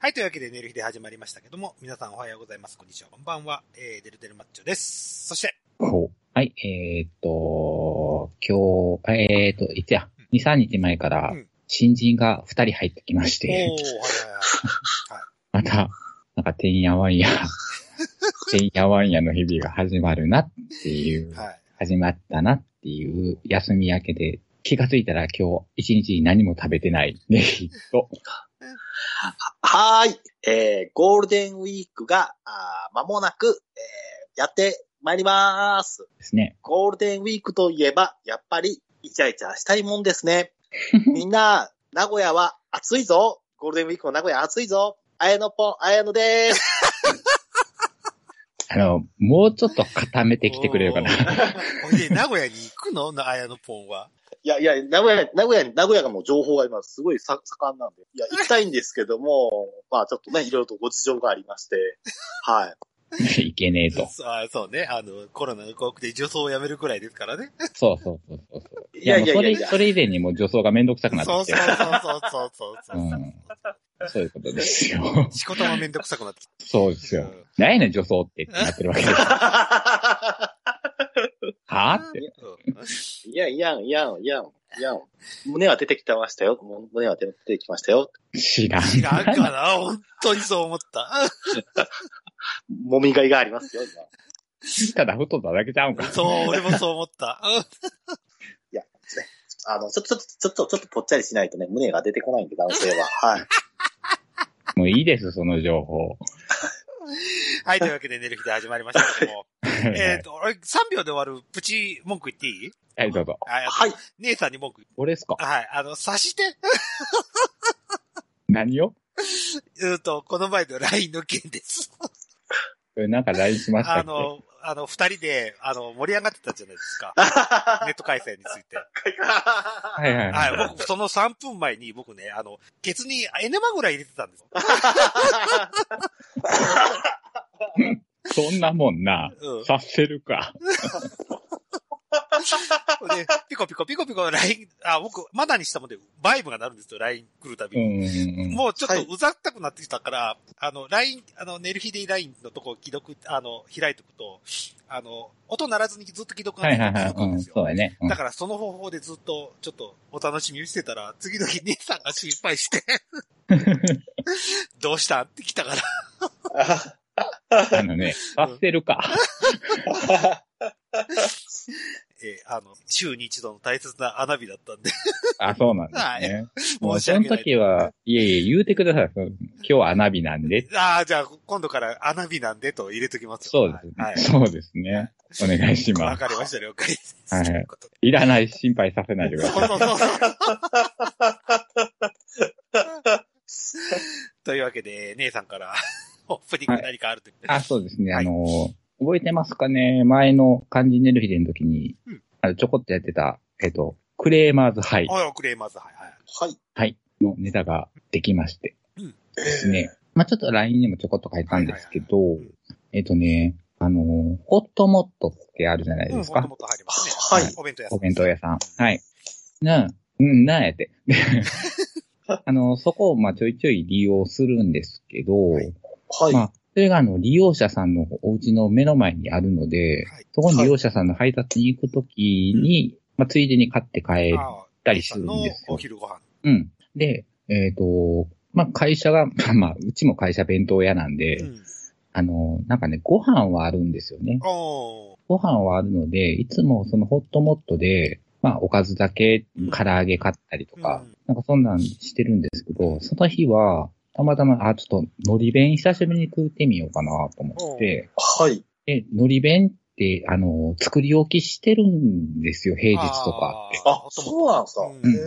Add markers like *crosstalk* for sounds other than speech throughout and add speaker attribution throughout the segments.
Speaker 1: はい、というわけで、寝る日で始まりましたけども、皆さんおはようございます。こんにちは、こんばんは。えー、デルデルマッチョです。そして、
Speaker 2: ほうはい、えーっと、今日、えーっと、いつや
Speaker 1: うん、
Speaker 2: 2、3日前から
Speaker 1: うん、
Speaker 2: 新人が2人入ってきまし
Speaker 1: おー、はい
Speaker 2: て、
Speaker 1: はいはい。
Speaker 2: また、なんか、てんやわんや、てんやわんやの日々が始まるなっていう、 *laughs*
Speaker 1: はい。
Speaker 2: 始まったなっていう休み明けで、気がついたら今日、1日何も食べてない、ね、と、
Speaker 3: はーい。えー、ゴールデンウィークが、あー間もなく、えーやってまいります。
Speaker 2: ですね。
Speaker 3: ゴールデンウィークといえば、やっぱり、イチャイチャしたいもんです *laughs* ね。みんな、名古屋は暑いぞ。ゴールデンウィークの名古屋暑いぞ。あやのぽん、あやのでーす。
Speaker 2: あの、もうちょっと固めてきてくれるかな
Speaker 1: お。ー。ほいで、名古屋に行くのなあやのポンは。
Speaker 3: *laughs* いやいや、名古屋、名古屋、名古屋がもう情報が今すごいさ盛んなんで。いや、行きたいんですけど *laughs* も、まあちょっとね、いろいろとご事情がありまして、はい。
Speaker 2: *laughs* いけねえと。
Speaker 1: そうあそうね。あの、コロナの怖くて女装をやめるくらいですからね。
Speaker 2: そうそうそうそうそう。
Speaker 3: い
Speaker 2: いや、
Speaker 3: や
Speaker 2: も
Speaker 3: いうやい
Speaker 2: それ、
Speaker 3: やいや *laughs*
Speaker 2: そ。れ以前にもう女装がめんどくさく
Speaker 1: そう
Speaker 2: なって
Speaker 1: そう
Speaker 2: きて
Speaker 1: そう。そうそうそうそう。
Speaker 2: うん
Speaker 1: *laughs*
Speaker 2: そういうことですよ。
Speaker 1: 仕事もめんどくさくなってき
Speaker 2: そうですよ。何やねん、女装ってってなってる
Speaker 1: *laughs*
Speaker 2: わけです。はぁって。
Speaker 3: いやん、いやん、いやん、いやん、いやん。胸は出てきてましたよ。胸は出てきましたよ。
Speaker 2: 知らん。
Speaker 1: 知らんかな本当にそう思った。
Speaker 3: もみがいがありますよ、今。
Speaker 2: ただ太っただけちゃうんか。
Speaker 1: そう、俺もそう思った。
Speaker 3: あの、ちょっと、ちょっと、ちょっと、ちょっとぽっちゃりしないとね、胸が出てこないんで、男性は。はい。
Speaker 2: もういいです、その情報。
Speaker 1: はい、というわけで寝る日で始まりましたけども。えっと、俺3秒で終わるプチ文句言っていい
Speaker 2: *laughs* はい、どうぞ。
Speaker 1: あ
Speaker 3: はい。
Speaker 1: 姉さんに文句。
Speaker 2: 俺ですか
Speaker 1: はい、あの、察して、
Speaker 2: 何を
Speaker 1: うーと、この前の LINE の件です。
Speaker 2: これなんか LINE しまし
Speaker 1: あ
Speaker 2: たっけ
Speaker 1: の、あの、二人で、あの、盛り上がってたじゃないですか。ネット回線について。
Speaker 2: はいはいは
Speaker 1: はい、僕、その3分前に僕ね、あの、ケツにエネマぐらい入れてたんです。
Speaker 2: い。そんなもんな、
Speaker 1: うん。
Speaker 2: させるか。
Speaker 1: で、ピコピコピコピコ LINE、あ、僕、まだにしたもんで、バイブが鳴るんですよ、LINE 来るたび
Speaker 2: う
Speaker 1: に。
Speaker 2: んうんうん。
Speaker 1: もうちょっとうざったくなってきたから、あの、LINE、あの、寝る日で LINE のとこを既読、あの、開いておくと、あの、音鳴らずにずっと既読が
Speaker 2: はいはい
Speaker 1: 続
Speaker 2: は
Speaker 1: く
Speaker 2: い。
Speaker 1: ん
Speaker 2: う
Speaker 1: で
Speaker 2: ん、
Speaker 1: すよ。
Speaker 2: そうだね。うん
Speaker 1: だからその方法でずっと、ちょっとお楽しみにしてたら、次の日姉さんが心配
Speaker 2: *laughs*
Speaker 1: して、どうしたって来たから、
Speaker 2: あのね、させるか。
Speaker 1: えーあの、週に一度の大切な穴火だったんで、
Speaker 2: あ、そうなんですね。もう
Speaker 1: 申し
Speaker 2: その
Speaker 1: 訳ない。
Speaker 2: 時は、いえいえ、言うてください。その今日は穴火なんで。
Speaker 1: ああ、じゃあ今度から穴火なんでと入れときますよ
Speaker 2: そうですね。
Speaker 1: はい。
Speaker 2: そうですね。お願いし
Speaker 1: わ
Speaker 2: ます。
Speaker 1: かりました、了解です。
Speaker 2: はい
Speaker 1: ということで
Speaker 2: いらない心配させないでくだ
Speaker 1: そう
Speaker 2: さい。
Speaker 1: そうそうそう。というわけで、姉さんから、オープニング何かあると言って。
Speaker 2: あ、そうですね。
Speaker 1: は
Speaker 2: あ
Speaker 1: い
Speaker 2: の、覚えてますかね前の漢字ネルヒデの時に
Speaker 1: うん、
Speaker 2: あのちょこっとやってた、えっと、クレーマーズハイ
Speaker 1: おい、クレーマーズ、はい、はい。
Speaker 3: はい。
Speaker 2: のネタができまして
Speaker 1: うん
Speaker 2: ですね。まあちょっと LINE にもちょこっと書いたんですけど
Speaker 1: はいはいはいうん、
Speaker 2: えっとね、あの、ホットモットってあるじゃない
Speaker 1: うん、
Speaker 2: です
Speaker 1: もっ
Speaker 2: か
Speaker 1: と。もっと入りますね。
Speaker 3: はい
Speaker 1: お弁当屋さん。
Speaker 2: お弁当屋さん。はい。なあ、うん、なん
Speaker 1: *laughs*
Speaker 2: やって。であの、そこを、まあ、ちょいちょい利用するんですけど、
Speaker 1: はい
Speaker 3: はい。
Speaker 2: まあ、それが、あの、利用者さんのお家の目の前にあるので、
Speaker 1: はい
Speaker 2: そこに利用者さんの配達に行くときに、まあ、ついでに買って帰っ
Speaker 1: あ
Speaker 2: たりするん
Speaker 1: の
Speaker 2: です
Speaker 1: お
Speaker 2: よ。
Speaker 1: 昼ご飯。
Speaker 2: うん。で、えっ、と、まあ、会社が、 *laughs* まあ、うちも会社弁当屋なんで、
Speaker 1: うん。
Speaker 2: あの、なんかね、ご飯はあるんですよね。
Speaker 1: おー
Speaker 2: ご飯はあるので、いつもそのホットモットで、まあ、おかずだけ
Speaker 1: うん、
Speaker 2: 唐揚げ買ったりとか、
Speaker 1: うん
Speaker 2: なんかそんなんしてるんですけど、その日は、たまたま、あ、ちょっと、海苔弁久しぶりに食ってみようかなと思って、
Speaker 3: はい。
Speaker 2: で、海苔弁って、あの、作り置きしてるんですよ、平日とかって。
Speaker 3: あ、そうなんすか。
Speaker 1: うん
Speaker 2: うん
Speaker 3: へー
Speaker 2: うんうん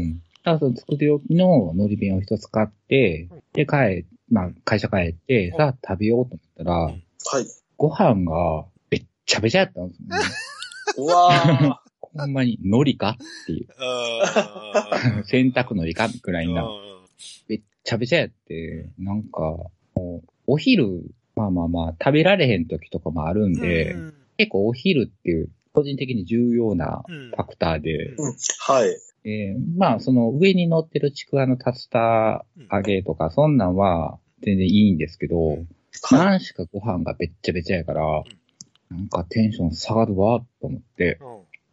Speaker 2: うん。ただその作り置きの海苔弁を一つ買って
Speaker 1: うん、
Speaker 2: で、帰、まあ、会社帰って、
Speaker 1: うん
Speaker 2: さあ食べようと思
Speaker 1: う
Speaker 2: ったら
Speaker 1: ん、
Speaker 3: はい。
Speaker 2: ご飯が、べっちゃべちゃやったんです
Speaker 1: *laughs*
Speaker 2: よね。
Speaker 3: うわ
Speaker 2: ほんまに、海苔か *laughs* っていう。
Speaker 1: うん
Speaker 2: *laughs* 洗濯のりかくらいな。
Speaker 1: うん
Speaker 2: べっちゃべちゃやって、なんか、もうお昼、まあまあまあ、食べられへん時とかもあるんで、
Speaker 1: うん
Speaker 2: 結構お昼っていう、個人的に重要な
Speaker 1: うん
Speaker 2: ファクターで、
Speaker 3: *laughs* ー。はい。
Speaker 2: えーまあ、その上に乗ってるちくわの竜田揚げとか、そんなんは全然いいんですけど、
Speaker 3: い。
Speaker 2: 何しかご飯がべっちゃべちゃやから、なんかテンション下がるわ、と思って、
Speaker 1: うん。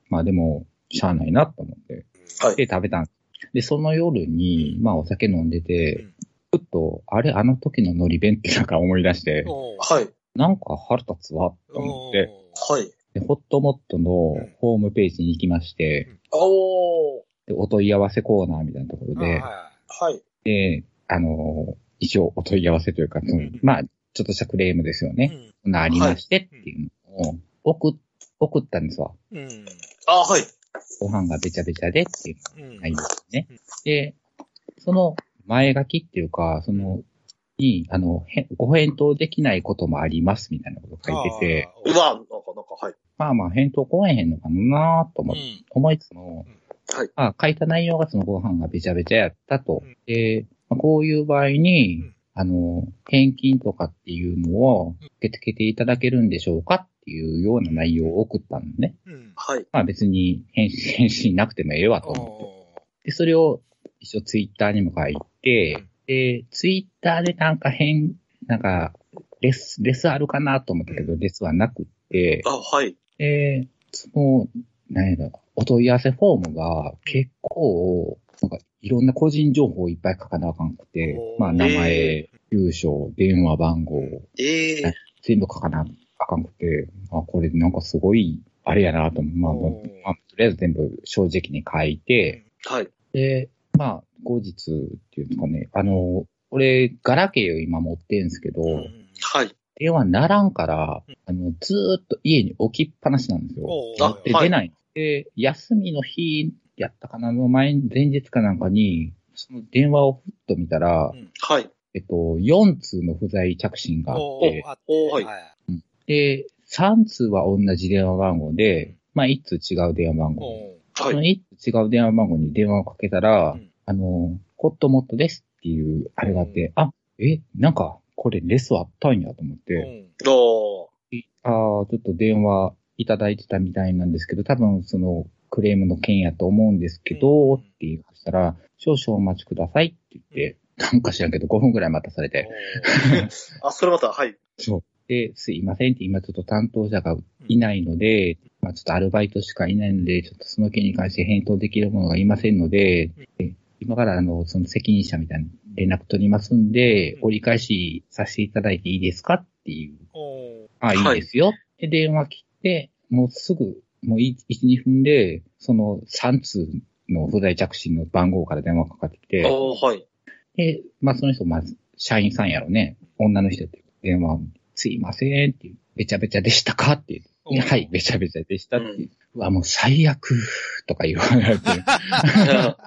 Speaker 2: まあでも、しゃあないな、と思って。
Speaker 3: はい
Speaker 2: で、食べたんですで、その夜に、まあお酒飲んでて、ふっと、あれ、あの時の海苔弁ってなんか思い出して、
Speaker 1: おー
Speaker 3: はい。
Speaker 2: なんか腹立つわ、と思っ
Speaker 1: お
Speaker 2: て、
Speaker 3: はい。
Speaker 2: で、ホットモットのホームページに行きまして、
Speaker 3: おー。
Speaker 2: で、お問い合わせコーナーみたいなところ
Speaker 1: ー
Speaker 2: で、
Speaker 1: あ
Speaker 3: はい。
Speaker 2: で、あのー一応お問い合わせというか、その
Speaker 1: うん
Speaker 2: まあ、ちょっとしたクレームですよ
Speaker 1: ー
Speaker 2: ね。
Speaker 1: はい
Speaker 2: そんなありましてっていうのを、送っ、送ったんですわ。
Speaker 1: うん。うん。
Speaker 3: あー、はい。
Speaker 2: ご飯がべちゃべちゃでっていう
Speaker 1: うん
Speaker 2: のがいいんですね。で、その前書きっていうか、その、に、あの、へご返答できないこともありますみたいなこと書いてて、
Speaker 1: あー
Speaker 3: うわ、なんか、なんか、はい。
Speaker 2: まあまあ返答来えへんのかなと思
Speaker 1: う
Speaker 2: って
Speaker 1: ん。
Speaker 2: 思いつつも、
Speaker 3: はい
Speaker 2: あ書いた内容がそのご飯がべちゃべちゃやったと。
Speaker 1: うん
Speaker 2: で、まあこういう場合に、
Speaker 1: うん
Speaker 2: あの、返金とかっていうのを
Speaker 1: うん
Speaker 2: 受け付けていただけるんでしょうかっていうような内容を送ったのね。
Speaker 1: うん。
Speaker 3: はい。
Speaker 2: まあ別に返信返信なくてもええわと思って。
Speaker 1: お
Speaker 2: で、それを一応ツイッターにも書いて、
Speaker 1: うん
Speaker 2: で、ツイッターでなんか変、なんか、レス、レスあるかなと思ったけど、レスはなくって、
Speaker 3: あ、はい。
Speaker 2: で、その、なんやろ、お問い合わせフォームが結構、なんかいろんな個人情報をいっぱい書かなあかんくて
Speaker 1: お、ー
Speaker 2: まあ名前
Speaker 3: え、
Speaker 2: 住所、電話番号、
Speaker 3: ええ
Speaker 2: はい全部書かなあかんくて、あ、これなんかすごい、あれやなと思う。まあ
Speaker 1: おー
Speaker 2: まあ、とりあえず全部正直に書いて、
Speaker 3: はい。
Speaker 2: で、まあ、後日っていうんですかね、あの、俺、ガラケーを今持ってんすけど、
Speaker 1: ーうん
Speaker 3: はい。
Speaker 2: 電話ならんから、あの、ずーっと家に置きっぱなしなんですよ。
Speaker 1: お
Speaker 3: あ
Speaker 1: ー
Speaker 2: で、
Speaker 3: はい
Speaker 2: 出ない。で、休みの日やったかな、の前、前日かなんかに、その電話をふっと見たら、
Speaker 1: うん
Speaker 3: はい。
Speaker 2: えっと、4通の不在着信があっ
Speaker 1: おー
Speaker 2: て、
Speaker 1: あって
Speaker 3: おーはい
Speaker 2: で、3通は同じ電話番号
Speaker 1: う
Speaker 2: で
Speaker 1: ん、
Speaker 2: まあ、1通違う電話番号。
Speaker 1: おー
Speaker 2: そ
Speaker 3: は
Speaker 2: の
Speaker 3: い。
Speaker 2: 1通違う電話番号に電話をかけたら、
Speaker 1: うん
Speaker 2: あの、ホットモットですっていう、あれがあって、あ、え、なんか、これレスあったんやと思って、
Speaker 1: うん
Speaker 3: おー。
Speaker 2: ああ、ちょっと電話いただいてたみたいなんですけど、多分そのクレームの件やと思うんですけど、
Speaker 1: うん
Speaker 2: って言いましたら、少々お待ちくださいって言って、なんか知らんけど5分くらい待たされて、
Speaker 3: あ、それまた、はい。
Speaker 2: そう。で、すいませんって今ちょっと担当者がいないので、まあちょっとアルバイトしかいないので、ちょっとその件に関して返答できるものがいませんので、で今からあの、その責任者みたいな連絡取りますんで
Speaker 1: う、ん
Speaker 2: 折り返しさせていただいていいですかっていう
Speaker 1: おー
Speaker 2: あ、いい
Speaker 3: はい
Speaker 2: ですよ。で、電話切って、もうすぐ、もう1、2分で、その3通の不在着信の番号から電話かかってきて、
Speaker 3: おー、はい。
Speaker 2: で、まあその人、まず、社員さんやろね。女の人って電話、すいませんっていう、べちゃべちゃでしたかっていう。
Speaker 1: おー
Speaker 2: はい、べちゃべちゃでしたっていう。うわ、もう最悪、とか言われて、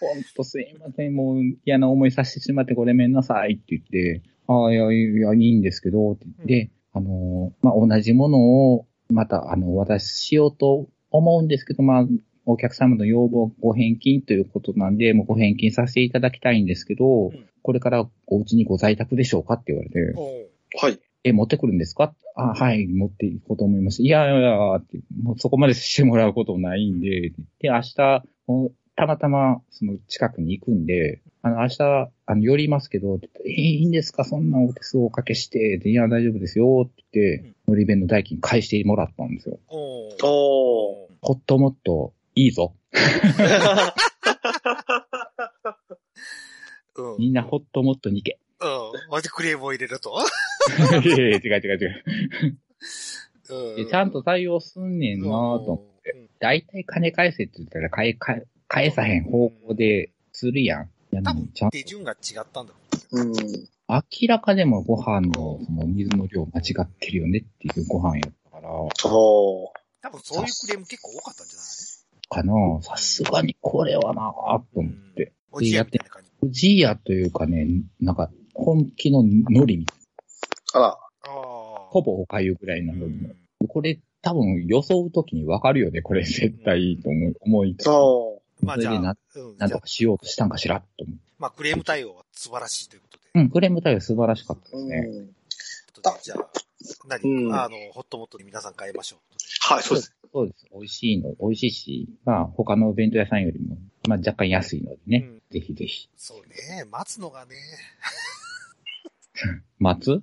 Speaker 2: ほんとすいません、もう嫌な思いさせてしまってごめんなさいって言って、ああ、いや、いや、いいんですけど、って言って、あのー、まあ、同じものを、また、あの、お渡ししようと思うんですけど、まあ、お客様の要望、ご返金ということなんで、もうご返金させていただきたいんですけど、
Speaker 1: ん
Speaker 2: これからお家にご在宅でしょうかって言われて、
Speaker 1: おー
Speaker 3: はい。
Speaker 2: え、持ってくるんですかあ、はい、持っていこうと思います。いやいやいや、ってもうそこまでしてもらうことないんで、で、明日、もうたまたま、その近くに行くんで、あの、明日、あの、寄りますけど、って言ってえいいんですかそんなお手数をおかけして、でいや、大丈夫ですよ、って言って、乗り弁の代金返してもらったんですよ。
Speaker 1: おー
Speaker 3: おー。
Speaker 1: おー
Speaker 2: ほっともっと、いいぞ。
Speaker 1: うん
Speaker 2: みんなほっともっとに行け。
Speaker 1: *laughs* うん。まじクレームを入れると。
Speaker 2: いやいや違う違う違う
Speaker 1: う
Speaker 2: で。ちゃんと対応すんねんなと思って。
Speaker 1: て。
Speaker 2: 大体金返せって言ったら返、返、返さへん方向でするやん。いや
Speaker 1: 多
Speaker 2: でも
Speaker 1: 分
Speaker 2: ちゃん、と
Speaker 1: 手順が違ったんだろ
Speaker 3: うん。
Speaker 2: 明らかでもご飯のその水の量間違ってるよねっていうご飯やったから、
Speaker 3: おー。
Speaker 1: う。多分そういうクレーム結構多かったんじゃない
Speaker 2: かなぁさすがにこれはなぁと思って。
Speaker 1: おじやみたいな感じ。
Speaker 2: おじいやというかね、なんか本気の海苔みたいな、
Speaker 3: あら。
Speaker 1: ああ。
Speaker 2: ほ
Speaker 1: ぼ。
Speaker 2: ぼおかゆぐらいな
Speaker 1: う
Speaker 2: のに、
Speaker 1: ん。
Speaker 2: これ多分予想ときにわかるよね、これ絶対いいと思い、思いつつ
Speaker 3: そ
Speaker 1: まあじゃ
Speaker 2: それで
Speaker 1: あ
Speaker 2: な、
Speaker 1: うん。
Speaker 2: なん
Speaker 1: じゃ
Speaker 2: と
Speaker 1: あ
Speaker 2: かしようとしたんかしらと思って。
Speaker 1: まあクレーム対応は素晴らしいということで。
Speaker 2: うん、クレーム対応素晴らしかった
Speaker 3: う。
Speaker 2: で
Speaker 3: う
Speaker 2: す
Speaker 3: ん
Speaker 1: と
Speaker 2: ね。。
Speaker 1: いうことでじゃあ、何、
Speaker 3: うん
Speaker 1: あの、ホットモットで皆さん変えましょう。
Speaker 3: はい、そうです。
Speaker 2: そうです。美味しいの、美味しいし、まあ、他のお弁当屋さんよりも、まあ、若干安いのでね。
Speaker 1: うん
Speaker 2: ぜひぜひ。
Speaker 1: そうね。待つのがね、
Speaker 2: 待つ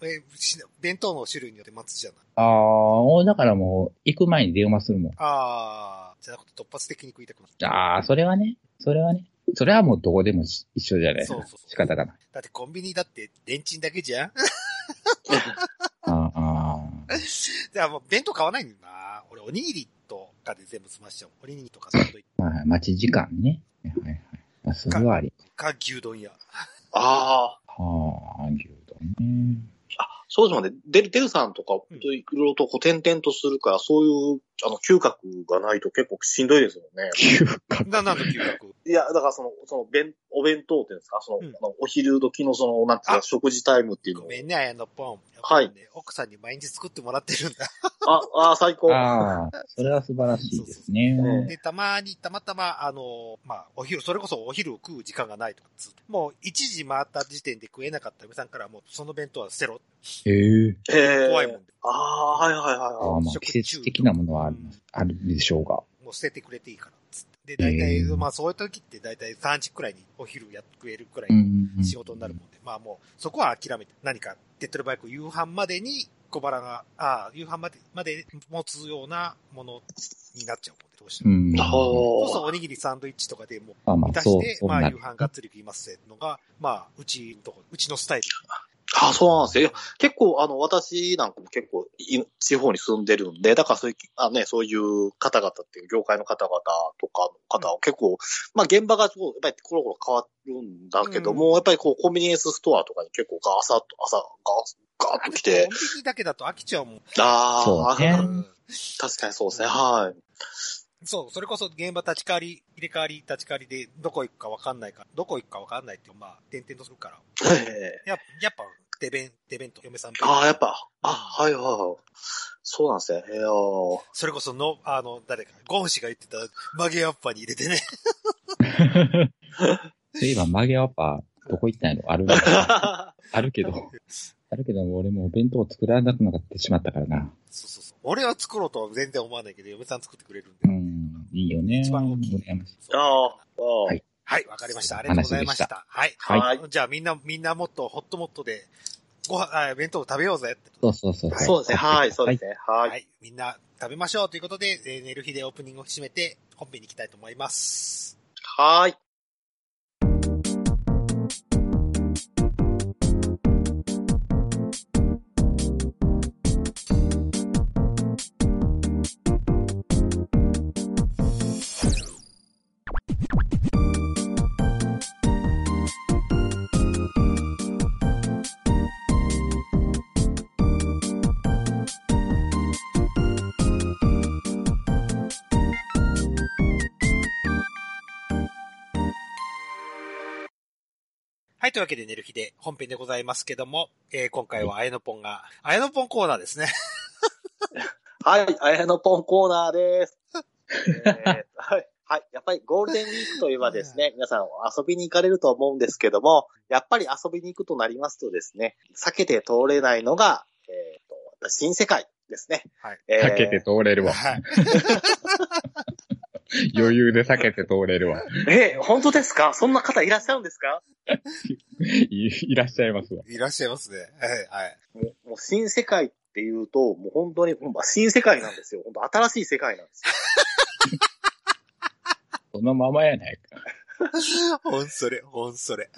Speaker 1: え、し弁当の種類によって待つじゃない。
Speaker 2: ああ、俺だからもう、行く前に電話するもん。
Speaker 1: あー、じゃなくて突発的に食いたくなる。
Speaker 2: ああ、それはね、それはね。それはもうどこでもし一緒じゃない
Speaker 1: そうそうそう
Speaker 2: 仕方がない。
Speaker 1: だってコンビニだって、レンチンだけじゃん
Speaker 2: ああー、
Speaker 1: じゃあもう弁当買わないんだな。俺、おにぎりとかで全部済ましちゃう。おにぎりとかサンドイッチ
Speaker 2: まあ、待ち時間ね。はいはいはい。まあ、それはあり。
Speaker 1: か牛丼屋。
Speaker 3: ああ。
Speaker 2: はあ、牛丼ね。
Speaker 3: そうですもんね。デル、デルさんとか、
Speaker 1: うん
Speaker 3: いろいろとこう点々とするから、そういう、あの、嗅覚がないと結構しんどいですよね。
Speaker 2: 牛角。
Speaker 1: な、なんの牛角
Speaker 3: いや、だからその、その、弁、お弁当っていうんですか、その、
Speaker 1: うん
Speaker 3: あのお昼時のその、なんていうか、
Speaker 1: あ
Speaker 3: 食事タイムっていうの
Speaker 1: ごめんね、あやのポン。
Speaker 3: はい
Speaker 1: やっぱりね。奥さんに毎日作ってもらってるんだ。
Speaker 3: あ、ああ、最高。
Speaker 2: ああ、それは素晴らしいですね。
Speaker 1: で、たまに、たまたま、あの、まあ、お昼、それこそお昼を食う時間がないとかっつって、もう1時回った時点で食えなかった嫁さんからもう、その弁当は捨てろ。
Speaker 2: へえ。
Speaker 3: へえ
Speaker 1: 怖いもんで。
Speaker 3: ああ、はいはいはい
Speaker 2: ああ
Speaker 3: はい。
Speaker 2: まあ、季節的なものはありますあるでしょうが。
Speaker 1: もう捨ててくれていいから、つって。で、大体、
Speaker 2: うん
Speaker 1: まあ、そういう時って大体3時くらいにお昼やっ食えるくらい
Speaker 2: うん
Speaker 1: 仕事になるもんで、まあもう、そこは諦めて、何か、手っ取り早く夕飯までに小腹が、ああ、夕飯まで、まで持つようなものになっちゃうもんで、どうして
Speaker 2: う
Speaker 1: も。
Speaker 2: ん。
Speaker 1: そう
Speaker 3: ほ
Speaker 1: そう、
Speaker 3: う。
Speaker 1: おにぎりサンドイッチとかでもう
Speaker 2: まあま
Speaker 1: 満た
Speaker 2: あ、そ
Speaker 1: し
Speaker 2: う、
Speaker 1: て、
Speaker 2: そう
Speaker 1: まあ
Speaker 2: な
Speaker 1: 夕
Speaker 2: る。
Speaker 1: 飯がっつり食いますってのが、まあ、うちのとこ、うちのスタイル。
Speaker 3: ああ、そうなんですよ。いや結構、あの、私なんかも結構い、地方に住んでるんで、だからそういう、あね、そういう方々っていう、業界の方々とかの方は結構、まあ現場がこうやっぱりコロコロ変わるんだけども、やっぱりこう、コンビニエンスストアとかに結構ガーサッと、朝、ガー、ガーッと
Speaker 1: あ
Speaker 3: 来
Speaker 1: れコ、ン
Speaker 3: て
Speaker 1: ビニだけだと飽きちゃうもん。
Speaker 3: あ
Speaker 2: そ
Speaker 3: あ、
Speaker 2: うね
Speaker 3: うん
Speaker 1: うん
Speaker 3: 確かにそうですね、はい。
Speaker 1: そう、それこそ現場立ち替わり、入れ替わり、立ち替わりで、どこ行くかわかんないから、どこ行くかわかんないって、まあ、点々とするから。
Speaker 3: ええ
Speaker 1: やっぱやっぱ、手弁、手弁と嫁さん弁
Speaker 3: ああ、やっぱ、あ、はいはいはい。そうなんですね。いやー
Speaker 1: それこその、あの、誰か、ゴン氏が言ってた、曲げアッパーに入れてね。
Speaker 2: そういえば、曲げわっぱ、どこ行ったんやろあ
Speaker 1: *laughs*
Speaker 2: るあるけど。あるけど、俺もうお弁当を作らなくなってしまったからな。
Speaker 1: そうそうそう。俺は作ろうとは全然思わないけど、嫁さん作ってくれるんで。
Speaker 2: うん。いいよね。
Speaker 1: 一番大きい
Speaker 2: 羨ましい。
Speaker 1: そう
Speaker 3: ああ、あ
Speaker 2: は
Speaker 3: あ
Speaker 2: い。
Speaker 1: はい、わかりました。ありがとうございました。
Speaker 2: 話
Speaker 1: はい。
Speaker 2: はい
Speaker 3: はい
Speaker 1: じゃあみんな、みんなもっとホットモットで、ご飯、あ弁当を食べようぜって。
Speaker 2: そうそうそう。
Speaker 3: そうですね。はい、そうですね。
Speaker 1: はい、
Speaker 3: はい。
Speaker 1: みんな食べましょうということで、えー、寝る日でオープニングを締めて、本編に行きたいと思います。
Speaker 3: はい。
Speaker 1: はい、というわけで寝る日で本編でございますけども、えー今回はあやのぽんが、あやのぽんコーナーですね。
Speaker 3: はい、あやのぽんコーナーです。えーはい。はい。やっぱりゴールデンウィークといえばですね、皆さん遊びに行かれると思うんですけども、やっぱり遊びに行くとなりますとですね、避けて通れないのが、えっ、と、新世界ですね。
Speaker 1: はい。
Speaker 3: えー
Speaker 2: 避けて通れるわ。
Speaker 1: はい。
Speaker 2: 余裕で避けて通れるわ。
Speaker 3: えー本当ですかそんな方いらっしゃるんですか
Speaker 2: いいらっしゃいますわ。
Speaker 1: いらっしゃいますね。はい、はい。
Speaker 3: もうもう新世界っていうと、もう本当に、ほんま新世界なんですよ。本当新しい世界なんですよ。
Speaker 2: そのままやないか。
Speaker 1: ほんそれ、ほんそれ。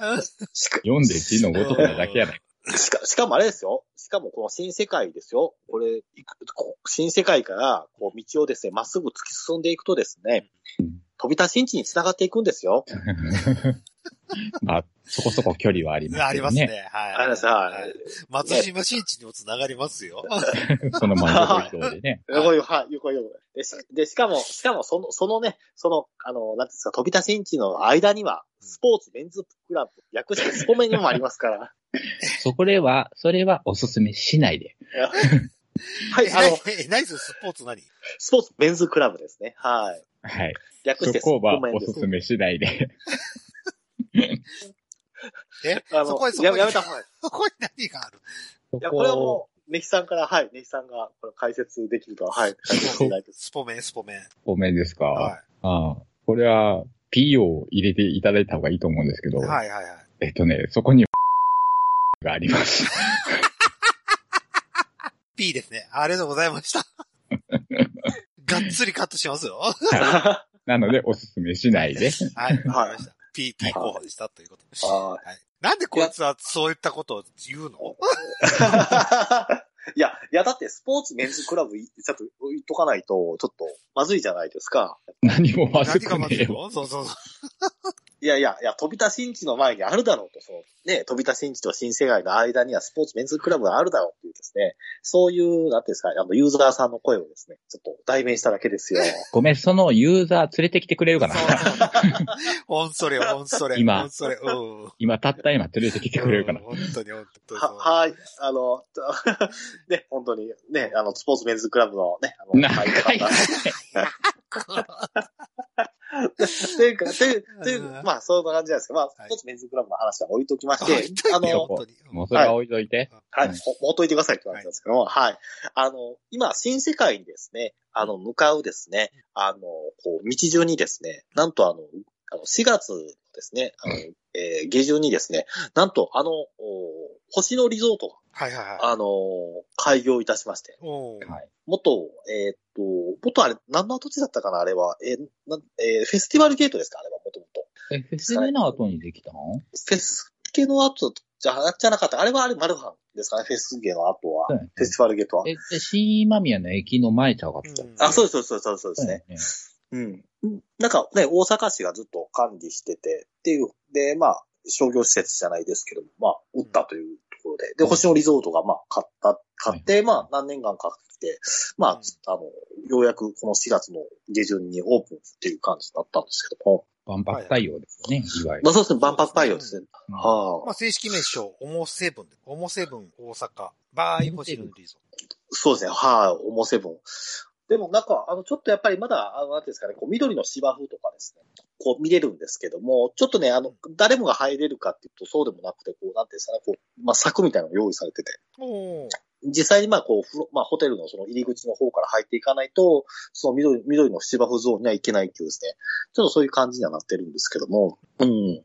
Speaker 3: しか
Speaker 2: 読んで字のごとくなだけ
Speaker 1: *laughs*
Speaker 2: やないか。
Speaker 3: しか、しかもあれですよ。しかもこの新世界ですよ。これ、いくこ新世界から、こう、道をですね、まっすぐ突き進んでいくとですね
Speaker 2: うん、
Speaker 3: 飛び出しんちに繋がっていくんですよ。
Speaker 2: まあ、そこそこ距離はありますよね。
Speaker 1: あります。ね。はい。
Speaker 3: あのさ、
Speaker 1: 松島新地にも繋がりますよ。
Speaker 2: その満足移動
Speaker 1: *laughs*
Speaker 2: でね。
Speaker 3: 横よ、はい、横よ。で、しでしかも、しかも、その、そのね、その、あの、なんていうんですか、飛び出しんちの間には、スポーツメンズクラブ、略してスポメンにもあります
Speaker 2: *laughs*
Speaker 3: から。
Speaker 2: そこでは、それはおすすめしないで。
Speaker 3: はい、あの、
Speaker 1: え、何するスポーツ何
Speaker 3: スポーツメンズクラブですね。はい。
Speaker 2: はい。
Speaker 3: 略
Speaker 2: そ
Speaker 3: してス
Speaker 2: こ
Speaker 3: ポ
Speaker 2: は
Speaker 3: メン
Speaker 2: お
Speaker 3: です
Speaker 2: す。すめしないで。
Speaker 1: え
Speaker 3: あの
Speaker 1: そこへそこ
Speaker 3: や
Speaker 1: へ。
Speaker 3: やめた方がいい。
Speaker 1: *laughs* そこに何がある
Speaker 2: そ
Speaker 3: いや、これは
Speaker 2: こ
Speaker 3: もネヒさんから、はい、ネヒさんがこれ解説できるとは、はい、解説いただいて
Speaker 1: スポメン、スポメン。
Speaker 2: ごめんですか。
Speaker 1: は
Speaker 2: ああこれは、P を入れていただいた方がいいと思うんですけど、
Speaker 1: い。はいはいはい。
Speaker 2: えっとね、そこに *laughs* があります。
Speaker 1: P ですね。ありがとうございま
Speaker 2: *laughs*
Speaker 1: した。がっつりカットしますよ。は
Speaker 3: あ
Speaker 2: なので、おすすめしない
Speaker 1: い、
Speaker 2: で。
Speaker 1: わかりました。P、P 候補でした、ということ。
Speaker 3: あ
Speaker 1: なんでこいつはそういったことを言うの
Speaker 3: *laughs* いや、いや、だってスポーツメンズクラブい、ちょっと言っとかないと、ちょっとまずいじゃないですか。
Speaker 2: 何もまず
Speaker 1: 何
Speaker 2: く
Speaker 1: が
Speaker 2: ね
Speaker 1: まず
Speaker 2: え
Speaker 1: い
Speaker 2: よ。
Speaker 1: のそうそうそう。
Speaker 3: いやいや、いや、飛田新地の前にあるだろうと、その、ね、飛田新地と新世界の間にはスポーツメンズクラブがあるだろうっていうですね、そういう、なんていうんですか、あの、ユーザーさんの声をですね、ちょっと代弁しただけですよ。
Speaker 2: ごめん、そのユーザー連れてきてくれるかな
Speaker 1: ほんそれ、ほんそれ。
Speaker 2: 今
Speaker 1: ほんそれ、うん。
Speaker 2: 今、たった今連れてきてくれるかな
Speaker 1: うん本当に、本当に。
Speaker 3: *laughs* は、はい、あの、 *laughs* ね、本当に、ね、あの、スポーツメンズクラブのね、あ
Speaker 2: *laughs*
Speaker 3: の、
Speaker 2: 長い
Speaker 3: 方というか、
Speaker 1: *laughs*
Speaker 3: という、という
Speaker 1: うん、
Speaker 3: まあ、そんな感じなんですけど、まあ、
Speaker 1: い
Speaker 3: スポーツメンズクラブの話は置いときまし
Speaker 1: 置いとい
Speaker 3: て、
Speaker 1: て
Speaker 3: あ
Speaker 1: よ
Speaker 3: の、
Speaker 1: 本当に。うん
Speaker 2: もうそれは置いといて。
Speaker 3: はい、
Speaker 2: はい
Speaker 3: ほほっといてくださいって言われたんですけども、はい。あの、今、新世界にですね、あの、向かうですね、あの、こう、道順にですね、なんとあの、あの4月ですね、あの、えー下旬にですね、なんとあの、お星野リゾート
Speaker 1: はいはいはい。
Speaker 3: が、あの、開業いたしまして、
Speaker 1: おう
Speaker 2: はい。
Speaker 3: 元、えーっと、元あれ、何の跡地だったかなあれは、えーなえーフェスティバルゲートですかあれは、もともと。
Speaker 2: え、フェスの後にできたの
Speaker 3: フェス系の後じゃ、じゃなかった。あれはあれ、マルハンですかねフェスゲの後は。
Speaker 2: そうやね
Speaker 3: フェスティバルゲートは。
Speaker 2: え、で新今宮の駅の前ちゃうかった。
Speaker 1: うん
Speaker 3: あ、そうです、そうです、そうですそうですね。
Speaker 2: ね。
Speaker 3: うん。なんかね、大阪市がずっと管理してて、っていう、で、まあ、商業施設じゃないですけども、まあ、売ったというところで、で、星野リゾートがまあ、買った、買って、まあ、何年間かかって、
Speaker 1: う
Speaker 3: ま
Speaker 1: ん
Speaker 3: あ、あの、ようやくこの4月の下旬にオープンっていう感じだったんですけども、
Speaker 2: 万博対応ですよね、いわゆ
Speaker 3: ま
Speaker 2: る。
Speaker 3: あ、そうですね、万博対応ですね。
Speaker 2: うん
Speaker 3: はあ、
Speaker 1: まあ、正式名称、オモセブンで。オモセブン大阪、バイホシルリゾ
Speaker 3: そうですね、はい、オモセブン。でもなんか、あの、ちょっとやっぱりまだ、あの、なんていうんですかね、こう、緑の芝生とかですね、こう見れるんですけども、ちょっとね、あの、誰もが入れるかっていうとそうでもなくて、こう、なんていうんですかね、こう、まあ、柵みたいなのが用意されてて、
Speaker 1: ート。おー
Speaker 3: 実際にまあ、こうフロ、まあ、ホテルのその入り口の方から入っていかないと、その緑、緑の芝生ゾーンには行けないっていうですね、ちょっとそういう感じにはなってるんですけども、うん。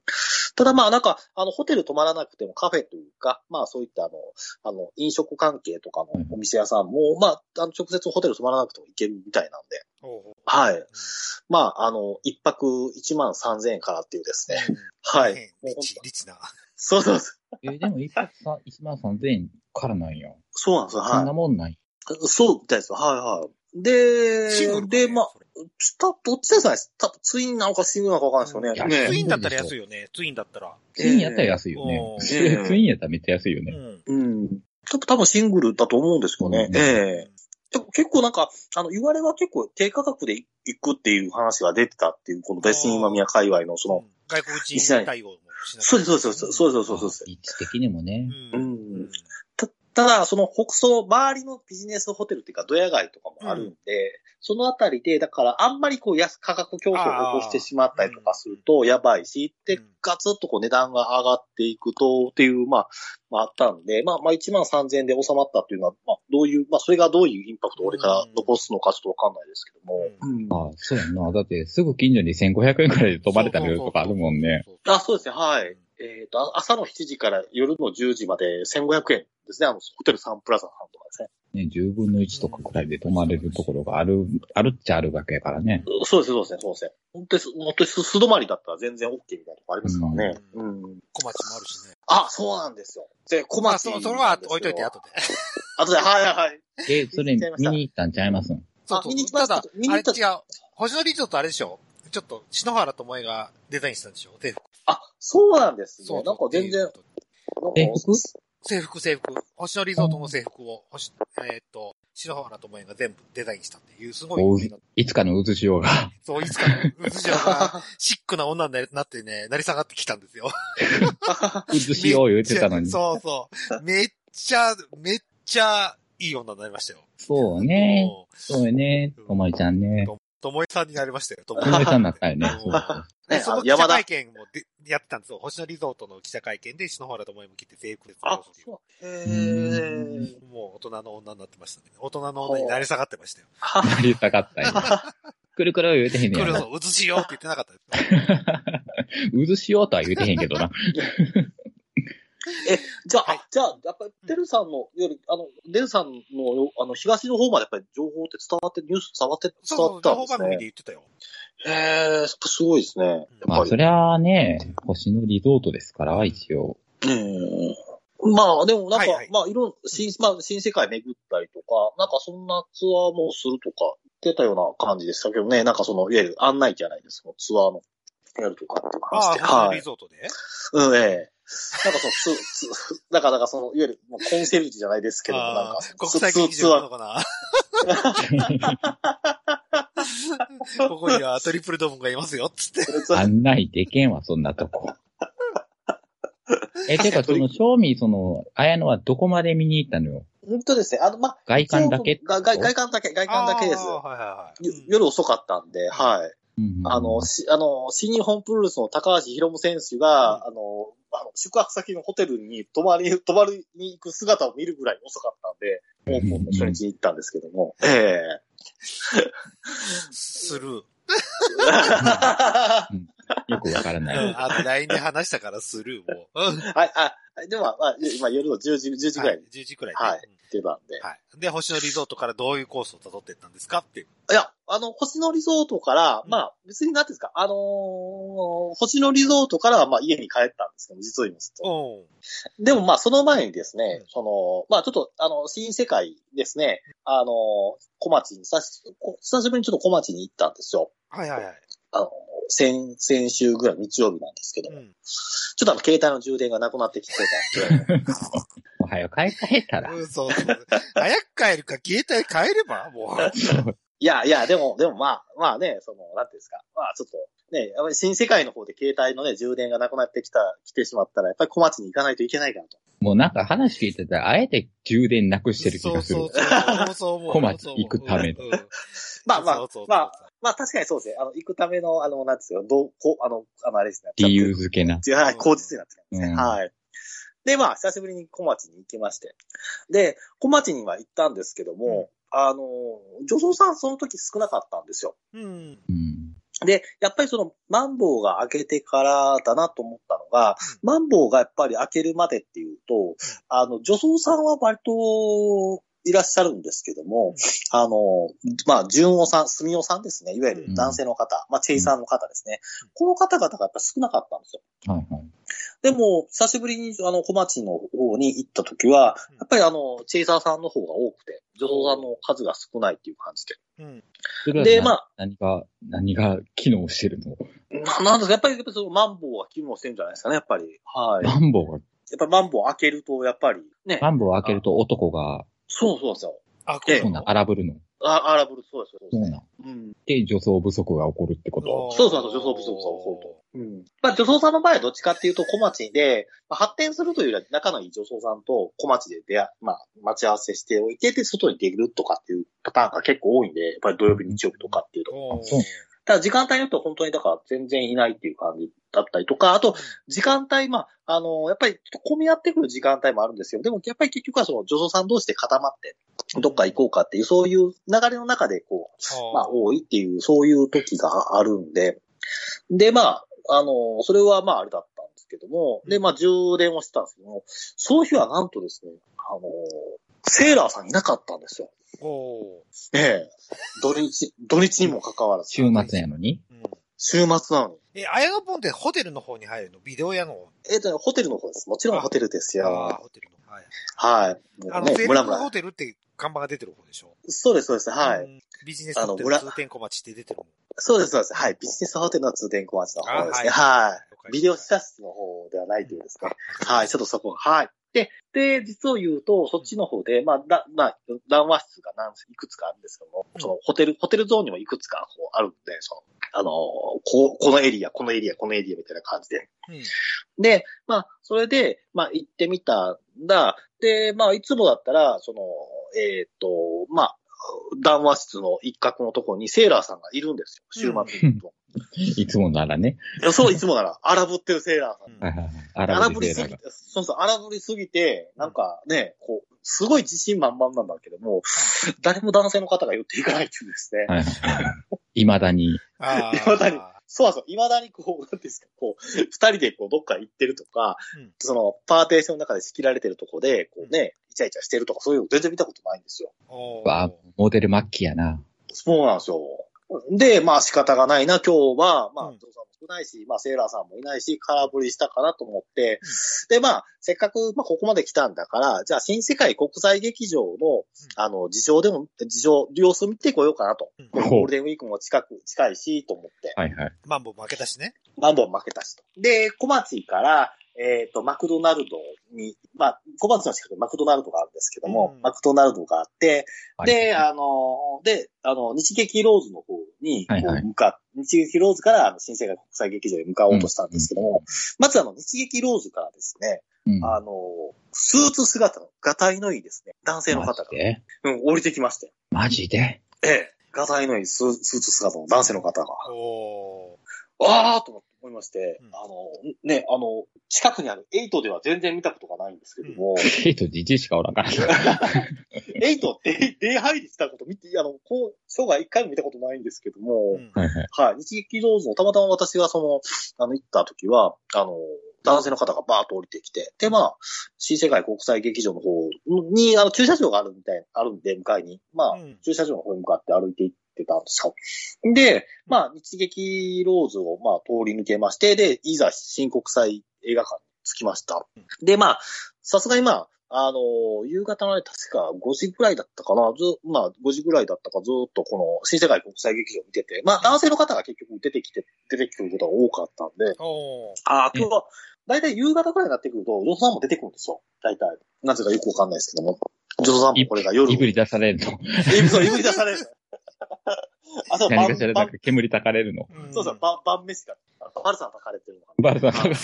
Speaker 3: ただまあ、なんか、あの、ホテル泊まらなくてもカフェというか、まあ、そういったあの、あの、飲食関係とかのお店屋さんも、まあ、あの、直接ホテル泊まらなくても行けるみたいなんで、
Speaker 1: おうおう
Speaker 3: はい。まあ、あの、一泊1万3000円からっていうですね、
Speaker 1: うん
Speaker 3: は
Speaker 1: 大
Speaker 3: い。
Speaker 1: 変リッチ、リッチな。
Speaker 3: そうそうそう。
Speaker 2: え、でも一発さ1万3000円からなんや。
Speaker 3: そうなんですよ、
Speaker 2: そんな
Speaker 3: は
Speaker 2: もんない。
Speaker 3: い。そうみたいですよ、はいはい。で、
Speaker 1: シングルかね
Speaker 3: で、まあ、
Speaker 1: それ
Speaker 3: た、どっちですかね多分ツインなのかシングルなのかわかんないですよ
Speaker 2: うん
Speaker 3: ね。
Speaker 1: ツ
Speaker 3: ね
Speaker 1: インだったら安いよね。ツインだったら。
Speaker 2: ツインやったら安いよね
Speaker 1: う。ん
Speaker 2: ツインやったらめっちゃ安いよ
Speaker 1: う
Speaker 2: ね。
Speaker 1: ん。
Speaker 3: うん。多分多分シングルだと思うんですけどね。
Speaker 2: うん
Speaker 3: ええでも結構なんか、あの、言われは結構低価格で行くっていう話が出てたっていう、このデスニーマミア界隈のその、
Speaker 1: 外国人対応もしな
Speaker 3: そうです、そう
Speaker 1: で
Speaker 3: ですす、そうです、そうです。そうです
Speaker 2: 位置的にもね。
Speaker 1: う
Speaker 3: うん
Speaker 1: ん。
Speaker 3: うんたただ、その北総、周りのビジネスホテルっていうか、ドヤ街とかもあるんで、そのあたりで、だから、あんまりこう安、価格競争を起こしてしまったりとかすると、やばいし、で
Speaker 1: うん、
Speaker 3: ガツッとこう値段が上がっていくと、っていう、まあ、まあ、あったんで、まあ、まあ、1万3000円で収まったっていうのは、まあ、どういう、まあ、それがどういうインパクトを俺から残すのかちょっとわかんないですけども。う
Speaker 2: ああ、
Speaker 3: ん
Speaker 2: そうやんな。だって、すぐ近所に1500円くらいで泊まれたりとかあるもんね。。
Speaker 3: あ、そうですね、はい。えっ、と、あ朝の7時から夜の10時まで1500円ですね、あの、ホテルサンプラザさんとかですね。
Speaker 2: ね、10分の1とかくらいで泊まれるところがある、あるっちゃあるわけやからね。
Speaker 3: そうですね、そうですね、そうですね。本当にす、本当にす素泊まりだったら全然 OK みたいなとこありますからね。
Speaker 1: う
Speaker 3: うん。
Speaker 1: 小町もあるしね。
Speaker 3: あ、そうなんですよ。で、小
Speaker 1: まあ、
Speaker 3: 松。
Speaker 1: そそれは置いといて、後で。
Speaker 3: あとで、はいはいはい。
Speaker 2: で、それ見に行ったんちゃいますん。
Speaker 1: そう
Speaker 3: 見に行きま
Speaker 1: た
Speaker 3: した
Speaker 1: だ、
Speaker 3: 見に
Speaker 1: あ
Speaker 3: 行
Speaker 1: れ
Speaker 3: った
Speaker 1: 違う。星野リゾートあれでしょちょっと、篠原智恵がデザインしたんでしょ制服。
Speaker 3: あ、そうなんですね。
Speaker 1: そう
Speaker 3: なんか全然、なんか
Speaker 2: 制服
Speaker 1: 制服、制服。星野リゾートの制服を、星えーっと、篠原智恵が全部デザインしたっていう、すごい有名な。
Speaker 2: いつかの写しよう *laughs* が。
Speaker 1: そう、いつかの、うずじょう
Speaker 3: *laughs*
Speaker 1: が、シックな女になってね、成り下がってきたんですよ。
Speaker 2: 写しよう言ってたのに。そ
Speaker 1: そうそう。めっちゃ、めっちゃ、いい女になりましたよ。
Speaker 2: うね。
Speaker 1: も
Speaker 2: そうね。ともりちゃんね。
Speaker 1: うともえさんになりましたよ、とも
Speaker 2: ともえさん仲 *laughs* いね。そうそう
Speaker 3: ね、
Speaker 1: その
Speaker 3: あの
Speaker 1: 記者
Speaker 3: 山田
Speaker 1: 会。見もでやってたんですよ。星野リゾートの記者会見で、篠原ともえも来て、全国で
Speaker 3: あ、
Speaker 1: う。
Speaker 3: そう。へえ。
Speaker 1: もう大人の女になってましたね。大人の女になり下がってましたよ。
Speaker 2: なり下がった *laughs* よ。くるくる言うてへんね
Speaker 1: これ
Speaker 2: や *laughs* ろ。
Speaker 1: を映しようって言ってなかったです。
Speaker 3: *laughs*
Speaker 2: うずしようとは言うてへんけどな。
Speaker 3: じゃあ、
Speaker 1: はい
Speaker 3: じゃあ、やっぱり、てるさんの、より、あの、デンさんの、あの、東の方までやっぱり情報って伝わって、ニュース伝わって、伝
Speaker 1: そうそ
Speaker 3: わっ
Speaker 1: う、
Speaker 3: て
Speaker 1: 情
Speaker 3: たんで
Speaker 1: 報
Speaker 3: す
Speaker 1: 番組で
Speaker 3: ね。
Speaker 1: 言ってたよ。
Speaker 3: へえ、やっぱすごいですね。やっ
Speaker 2: ま
Speaker 3: ぱ
Speaker 2: あ、
Speaker 3: り。
Speaker 2: そりゃあね、星のリゾートですから、一応。
Speaker 3: うんまあ、でもなん
Speaker 1: は
Speaker 3: か、
Speaker 1: いはい
Speaker 3: まあ、いろん、新、まあ、新世界巡ったりとか、なんかそんなツアーもするとか、言ってたような感じでしたけどね、なんかその、いわゆる案内じゃないですか、ツアーの、やるとかっていう
Speaker 1: ああ、
Speaker 3: 話で。
Speaker 1: 星野
Speaker 3: は
Speaker 1: リ
Speaker 3: い。
Speaker 1: ゾートで、
Speaker 3: うん、ええなんかその、ツ、ツ、なんか、なんかその、いわゆる、もうコンセルジュじゃないですけども、なん
Speaker 1: あ
Speaker 3: か
Speaker 1: あ、国際劇場なのかな
Speaker 3: *laughs*
Speaker 1: ここにはトリプルドームがいますよ、つって。
Speaker 3: ツアーツアー
Speaker 2: 案内でけんわ、そんなとこ。
Speaker 3: *laughs*
Speaker 2: え、てか、その、正味、その、綾野はどこまで見に行ったのよ。
Speaker 3: 本当ですね、あの、まあ、
Speaker 2: 外観だけ
Speaker 3: 一応が外外観だけ、外観だけです。
Speaker 1: ああはいはい
Speaker 3: よ
Speaker 1: はい。
Speaker 3: 夜遅かったんで、はい。
Speaker 2: うん
Speaker 3: あの、し、あの、新日本プロレスの高橋宏夢選手が、あの、あの宿泊先のホテルに泊まり、泊 *laughs* まりに行く姿を見るぐらい遅かったんで、オープンの初日に行ったんですけども。ええ *laughs*
Speaker 1: する。
Speaker 3: は
Speaker 2: *laughs* よくわから
Speaker 1: うん、
Speaker 3: *laughs*
Speaker 2: ない。
Speaker 1: あの、LINE で話したからスルーもう。うん。
Speaker 3: い、あ、でも、まあ、今夜の10時、10時ぐらいに
Speaker 1: はい10時くらいで。
Speaker 3: はい
Speaker 1: うん
Speaker 3: 行ってたんで。
Speaker 1: はい。で、星野リゾートからどういうコースを辿っていったんですかっていう。
Speaker 3: いや、あの、星野リゾートから、
Speaker 1: うん
Speaker 3: まあ、別に何ですか、あのー星野リゾートからは、まあ、家に帰ったんですけど、実を言いますと。
Speaker 1: おう
Speaker 3: でもまあ、その前にですね、
Speaker 1: うん
Speaker 3: その、まあ、ちょっと、あの、新世界ですね、あの、小町に、久しこ久しぶりにちょっと小町に行ったんですよ。
Speaker 1: はいはいはい。
Speaker 3: あの、先、先週ぐらいの日曜日なんですけど、
Speaker 1: う
Speaker 3: ちょ
Speaker 1: ん。
Speaker 3: っとあの、携帯の充電がなくなってきて
Speaker 1: *laughs*
Speaker 3: たんで、
Speaker 2: おはよう、帰帰ったら。
Speaker 1: うん、そうそう。早く帰るか、携帯変えればもう。
Speaker 3: いやいや、でも、でもまあ、まあね、その、なんていうんですか、まあ、ちょっと、ね、やっぱり新世界の方で携帯のね、充電がなくなってきた、来てしまったら、やっぱり小町に行かないといけないかなと。
Speaker 2: もうなんか話聞いてたら、あえて充電なくしてる気
Speaker 1: そう
Speaker 2: がする
Speaker 1: そう。そう。そうそう思う。
Speaker 2: 小町行くた
Speaker 1: う
Speaker 2: めに
Speaker 1: ん。
Speaker 3: まあま
Speaker 1: そ
Speaker 3: あ
Speaker 1: うそうそう、
Speaker 3: まあ、まあ確かにそうですね。あの、行くための、あの、なんですよ、どう、こう、あの、あの、あれですね。
Speaker 2: 理由付けな
Speaker 3: っ。ていう、はい、口実になってきますね。
Speaker 2: うん
Speaker 3: はい。で、まあ、久しぶりに小町に行きまして。で、小町には行ったんですけども、あの、女装さんその時少なかったんですよ。
Speaker 1: うん。
Speaker 2: うん。
Speaker 3: で、やっぱりその、マンボウが開けてからだなと思ったのが、
Speaker 1: うん
Speaker 3: マンボウがやっぱり開けるまでっていうと、あの、女装さんは割と、いらっしゃるんですけど
Speaker 1: うん
Speaker 3: も、あの、まあ、純夫さん、住夫さんですね。いわゆる男性の方、まあ、チェイさんの方ですね。この方々がやっぱ少なかったんですよ。
Speaker 2: はいはい。
Speaker 3: でも、久しぶりに、あの、小町の方に行った時は
Speaker 1: うん、
Speaker 3: やっぱりあの、チェイサーさんの方が多くて、女装さんの数が少ないっていう感じで。
Speaker 1: うん。
Speaker 2: それは
Speaker 3: で
Speaker 2: な
Speaker 3: まあ
Speaker 2: 何が、何が機能してるの
Speaker 3: ななんですか、やっぱり、やっぱりそのマンボウが機能してるんじゃないですかね、やっぱり。はい。や
Speaker 2: マンボウが、
Speaker 3: っぱりマンボウ開けると、やっぱり、ね。
Speaker 2: マンボウを開けると男が、
Speaker 3: そうそうそう。
Speaker 1: あ、こ
Speaker 3: ええ
Speaker 2: そんな荒ぶるの。
Speaker 3: あ、アラブル、そうです、そう
Speaker 2: そう
Speaker 3: です。
Speaker 2: なん。
Speaker 3: うん。
Speaker 2: で、女装不足が起こるってこと。
Speaker 3: そうそうそう、女装不足が起こると。うん。まあ、女装さんの場合はどっちかっていうと、小町で、まあ、発展するというよりは、仲のいい女装さんと小町で出会、まあ、待ち合わせしておいて、で、外に出るとかっていうパターンが結構多いんで、やっぱり土曜日、日曜日とかっていうと。
Speaker 1: おー
Speaker 2: あそう
Speaker 3: ただ時間帯によっては本当にだから全然いないっていう感じだったりとか、あと時間帯、まあ、あの、やっぱりちょっと混み合ってくる時間帯もあるんですよ。でもやっぱり結局はその女装さん同士で固まって、どっか行こうかっていう、そういう流れの中でこう、まあ多いっていう、そういう時があるんで、で、まあ、あの、それはまああれだったんですけども、で、まあ充電をしてたんですけども、その日はなんとですね、あの、セーラーさんいなかったんですよ。
Speaker 1: おー
Speaker 3: ええ。土日、土日にもかかわらず。
Speaker 2: 週末やのに。
Speaker 1: うん
Speaker 3: 週末なのに。
Speaker 1: え、あやがぽんってホテルの方に入るのビデオ屋の
Speaker 3: えっ、とね、ホテルの方です。もちろんホテルです
Speaker 1: あー
Speaker 3: よ。
Speaker 1: ホテルの。はい。
Speaker 3: はい。
Speaker 1: あの、
Speaker 3: もうね、
Speaker 1: セ
Speaker 3: ム
Speaker 1: ル
Speaker 3: ラ
Speaker 1: フ
Speaker 3: ムラ
Speaker 1: ホ。テルって看板が出てる方でしょ
Speaker 3: そうです、そうです。は
Speaker 1: う
Speaker 3: い。
Speaker 1: んビジネスホテ
Speaker 3: あのブ
Speaker 1: ル
Speaker 3: ラ
Speaker 1: 通天小町って出てるもん。
Speaker 3: そうです、そうです。はい。ビジネスホテルの通電小町の方ですね。
Speaker 1: あ
Speaker 3: はい。
Speaker 1: 了解
Speaker 3: ビデオ視察室の方ではないというですね。はい。ちょっとそこが。はい。で、で、実を言うと、そっちの方で、まあ、だ、まあ、談話室が何、いくつかあるんですけども、
Speaker 1: うん
Speaker 3: その、ホテル、ホテルゾーンにもいくつか、こう、あるんで、その、あの、こう、このエリア、このエリア、このエリアみたいな感じで、
Speaker 1: うん。
Speaker 3: で、まあ、それで、まあ、行ってみたんだ。で、まあ、いつもだったら、その、えーっ、と、まあ、談話室の一角のところにセーラーさんがいるんですよ。週末に行くと。
Speaker 2: いつもなら
Speaker 3: *laughs*
Speaker 2: ね。 *laughs*
Speaker 3: いやそう、いつもなら、荒ぶってるセーラーさん。
Speaker 2: はいはいはい
Speaker 3: 荒
Speaker 2: 荒
Speaker 3: ぶ
Speaker 2: ぶ
Speaker 3: り
Speaker 2: り
Speaker 3: す
Speaker 2: セー
Speaker 3: ぎ
Speaker 2: ラー
Speaker 3: て
Speaker 2: が。、
Speaker 3: そうそう、荒ぶりすぎて、なんかね、こう、すごい自信満々なんだけども、誰も男性の方が寄っていかないっていうんですね。
Speaker 2: はいはいはい。いまだに。
Speaker 1: あー
Speaker 3: 未だ *laughs* にそうそう、未だにこう、なんていうんですか、こう、二人でこう、どっか行ってるとか、
Speaker 1: うん
Speaker 3: その、パーテーションの中で仕切られてるとこで、こうね、イチャイチャしてるとか、そういうの全然見たことないんですよ。
Speaker 1: おー
Speaker 2: わモデル末期やな。
Speaker 3: そうなんですよ。で、まあ仕方がないな、今日は、まあ、
Speaker 1: うん
Speaker 3: ゾウさんも少ないし、まあセーラーさんもいないし、空振りしたかなと思って
Speaker 1: うん、
Speaker 3: で、まあ、せっかく、まあここまで来たんだから、じゃあ新世界国際劇場の、あの、事情でも、事情、様子見てこようかなと。
Speaker 1: うん
Speaker 3: ゴールデンウィークも近く、近いし、と思って。
Speaker 2: はいはい。
Speaker 1: マンボウ負けたしね。
Speaker 3: マンボウ負けたしと。で、小松井から、えっ、と、マクドナルドに、まあ、小松の近くにマクドナルドがあるんですけども、
Speaker 1: うん
Speaker 3: マクドナルドがあって、
Speaker 2: はい
Speaker 3: で、あの、で、あの、日劇ローズの方に、こ
Speaker 2: はいは
Speaker 3: う
Speaker 2: い
Speaker 3: 向か、日劇ローズから、あの、新世界国際劇場に向かおうとしたんですけども、まずあの、日劇ローズからですね、
Speaker 2: うん。
Speaker 3: あの、スーツ姿の、がたいのいいですね、男性の方が
Speaker 2: マジ、で
Speaker 3: うん、降りてきまして、
Speaker 2: マジで
Speaker 3: ええ、がたいのいいスースーツ姿の男性の方が、
Speaker 1: お
Speaker 3: わーと思いまして、
Speaker 1: うん
Speaker 3: あの、ね、あの、近くにあるエイトでは全然見たことがないんですけども、
Speaker 2: ヘイトじじいしかおらんからな。
Speaker 3: エイトって、出入りしたこと見て、あの、こう、生涯一回も見たことないんですけども、
Speaker 1: ーうん
Speaker 2: はいはい。
Speaker 3: はい、日劇ローズのたまたま私がその、あの、行った時は、あの、男性の方がバーッと降りてきて、で、まあ、新世界国際劇場の方に、あの、駐車場があるみたい、あるんで、向かいに、まあ、
Speaker 1: うん
Speaker 3: 駐車場の方に向かって歩いて行ってたんですよ。で、まあ、日劇ローズを、まあ、通り抜けまして、で、いざ新国際映画館に着きました。で、まあ、さすがにまあ、あの夕方のね、確か5時ぐらいだったかな、ず、まあ、5時ぐらいだったか、ずっとこの、新世界国際劇場を見てて、まあ、男性の方が結局出てきて、出てくることが多かったんで、
Speaker 1: おー
Speaker 3: ああ、今日は、だいたい夕方ぐらいになってくると、女装さんも出てくるんですよ。だいたい。なぜかよくわかんないですけども。女装さんもこれが夜。
Speaker 2: いぶり出されるの。
Speaker 3: いぶりいぶり出される。あ、そう、
Speaker 2: 何
Speaker 3: 晩
Speaker 2: かしらなん
Speaker 3: 晩
Speaker 2: か煙たかれるの。
Speaker 1: うん
Speaker 3: そうそう、晩晩飯が、バルさん炊かれてるのか
Speaker 2: バルさんかれる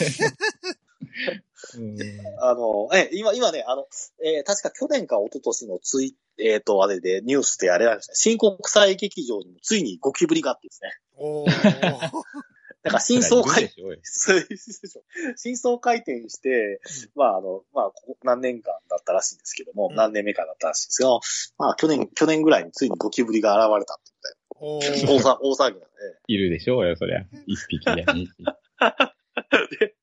Speaker 2: うん
Speaker 3: あの、え、今、今ね、あの、えー確か去年か一昨年のツイ、えっ、と、あれでニュースであれなんですね。新国際劇場にもついにゴキブリがあってですね。
Speaker 1: おー
Speaker 3: なんか新相
Speaker 2: いる
Speaker 3: 会
Speaker 2: で、しょおい
Speaker 3: 新相回転して、まあ、あの、まあ、ここ何年間だったらしいんですけども、
Speaker 1: うん
Speaker 3: 何年目かだったらしいんですけど、まあ、去年、去年ぐらいについにゴキブリが現れたっ
Speaker 1: お
Speaker 3: て
Speaker 1: ー
Speaker 3: 言って、大騒ぎなんで。
Speaker 2: いるでしょおよ、そりゃ。一匹や二匹。
Speaker 3: *laughs* で、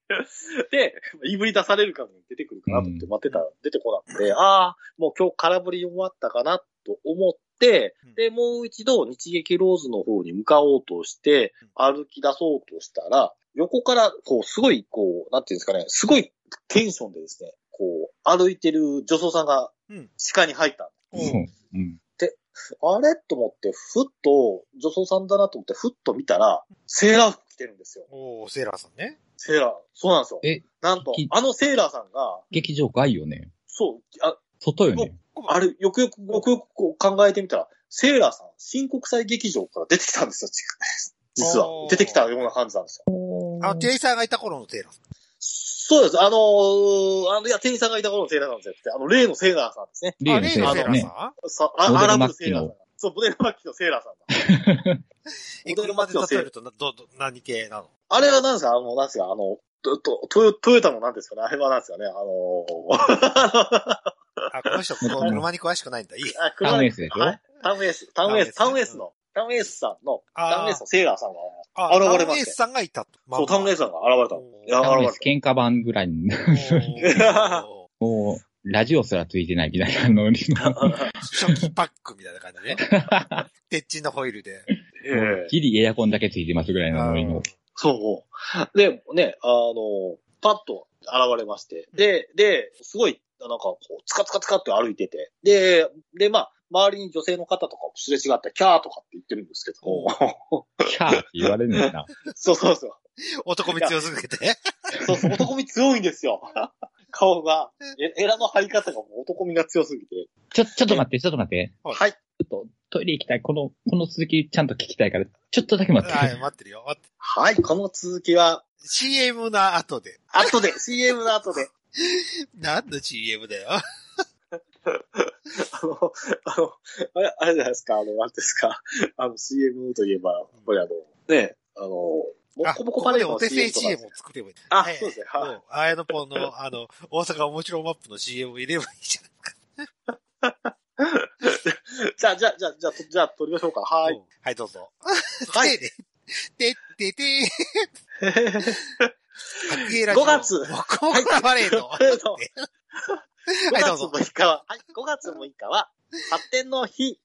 Speaker 3: で、言いぶり出されるかも出てくるかなと思って
Speaker 2: うん
Speaker 3: 待ってたら出てこなくて、ああ、もう今日空振り終わったかなと思って
Speaker 1: うん、
Speaker 3: で、もう一度日劇ローズの方に向かおうとして、歩き出そうとしたら、横から、こう、すごい、こう、なんていうんですかね、すごいテンションでですね、こう、歩いてる女装さんが
Speaker 1: うん、
Speaker 3: 視界に入ったんです
Speaker 1: おー
Speaker 2: うんうん
Speaker 3: あれと思って、ふっと、女装さんだなと思って、ふっと見たら、セーラー服着てるんですよ。
Speaker 1: おーセーラーさんね。
Speaker 3: セーラー。そうなんですよ。
Speaker 2: え
Speaker 3: なんと
Speaker 2: き、
Speaker 3: あのセーラーさんが、
Speaker 2: 劇場外よね。
Speaker 3: そう、あ
Speaker 2: 外よね。
Speaker 3: あれ、よくよく、よくよくこう考えてみたら、セーラーさん、新国際劇場から出てきたんですよ、 *laughs* 実
Speaker 1: お
Speaker 3: は
Speaker 1: ー。
Speaker 3: 出てきたような感じなんですよ。
Speaker 1: あの、店員さんがいた頃のセーラーさん。
Speaker 3: そうです。あのーあの、いや、店員さんがいた頃のセーラーさんじゃなくて、あの、例のセーラーさんですね。
Speaker 2: 例の
Speaker 1: あ
Speaker 2: セーラーだ
Speaker 1: 例のセさ
Speaker 2: ね。
Speaker 1: ん
Speaker 3: さあ
Speaker 2: モデ
Speaker 3: ア
Speaker 2: ル
Speaker 3: ラ
Speaker 2: マ
Speaker 3: ブ
Speaker 2: ッ
Speaker 3: セ
Speaker 2: キ
Speaker 3: ー
Speaker 2: ー
Speaker 3: ラ
Speaker 2: の
Speaker 3: ーさん。そう、モデルマッキーのセーラーさんだ。
Speaker 1: *laughs* え、車で例えるとな、ど、ど、何系なの
Speaker 3: あれは何ですかあの、何ですかあの、トトトヨトヨタの何ですかねあれは何ですかねあのー
Speaker 1: あ、この
Speaker 2: *laughs*
Speaker 1: 人、この車に詳しくないんだ。いい。
Speaker 3: あ
Speaker 2: タウンエー
Speaker 3: ス。
Speaker 2: スでしょ
Speaker 3: はい。タウンエース。タウンエース。
Speaker 1: タ
Speaker 3: タウ
Speaker 1: ウ
Speaker 3: ン
Speaker 1: ンエー
Speaker 3: エース
Speaker 1: ス
Speaker 3: の、タウンエースさんの、
Speaker 1: あー
Speaker 3: タウンエースのセーラーさんが、
Speaker 1: あ、
Speaker 3: 現れましたよ
Speaker 1: タウンエースさんがいたと。
Speaker 3: そう、タウンエー
Speaker 1: ス。
Speaker 3: スさんが現れたの。いや、
Speaker 2: 多分ね
Speaker 3: 現れた。
Speaker 2: 喧嘩版ぐらいに、
Speaker 1: おー
Speaker 2: もう、ラジオすらついてないみたいなノリの。
Speaker 1: 初期パックみたいな感じね。
Speaker 2: *laughs*
Speaker 1: 鉄鎮のホイールで。
Speaker 3: ええ
Speaker 2: ギリエアコンだけついてますぐらいのノリの。
Speaker 3: そう。で、ね、あの、パッと現れまして、で、で、すごい、なんかこう、つかつかつかって歩いてて、で、で、まあ、周りに女性の方とかもすれ違って、キャーとかって言ってるんですけど、
Speaker 2: キャーって言われるんだな。
Speaker 3: *laughs* そうそうそう。
Speaker 1: 男見強すぎて。
Speaker 3: そうそう、男気強いんですよ。 *laughs* 顔が。え、エラの張り方がもう男気が強すぎて。
Speaker 2: ちょ、ちょっと待って、ちょっと待って。
Speaker 1: はい
Speaker 3: はい。
Speaker 2: ちょっとトイレ行きたい。この、この続きちゃんと聞きたいから、ちょっとだけ待って。
Speaker 1: はい、待ってるよ。待って
Speaker 3: はい、この続きは、
Speaker 1: CM の後で。
Speaker 3: 後で、CM の後で。
Speaker 1: 何の CM だよ。
Speaker 3: あの、あの、あれ、あれじゃないですか、あの、なんていうんですか、あの、CM といえば、やっぱりあの、ね、あの、ボ
Speaker 1: あ、
Speaker 3: コボコ
Speaker 1: ここ
Speaker 3: パレ
Speaker 1: で
Speaker 3: ー
Speaker 1: お
Speaker 3: ドの
Speaker 1: 手製
Speaker 3: CM とか
Speaker 1: CM を作ればいい。
Speaker 3: あ
Speaker 1: ええ
Speaker 3: そうですねはい
Speaker 1: もうあやの *laughs* ぽんの、あの、大阪おもしろマップの CM を入れればいいじゃない
Speaker 3: じゃあ、じゃあ、じゃあ、じゃあ、じゃあ、撮りましょうか。はーい。
Speaker 1: もうはい、どうぞ。
Speaker 3: は
Speaker 1: で、
Speaker 3: い。
Speaker 1: で、で、で、で、白芸ラジオ。
Speaker 3: 5月
Speaker 1: もうここからバレー
Speaker 3: *laughs*
Speaker 1: ド。
Speaker 3: バレード
Speaker 1: っては
Speaker 3: 5
Speaker 1: い
Speaker 3: 月
Speaker 1: どうぞ
Speaker 3: 6日は、はい、5月6日は、発展の日、えー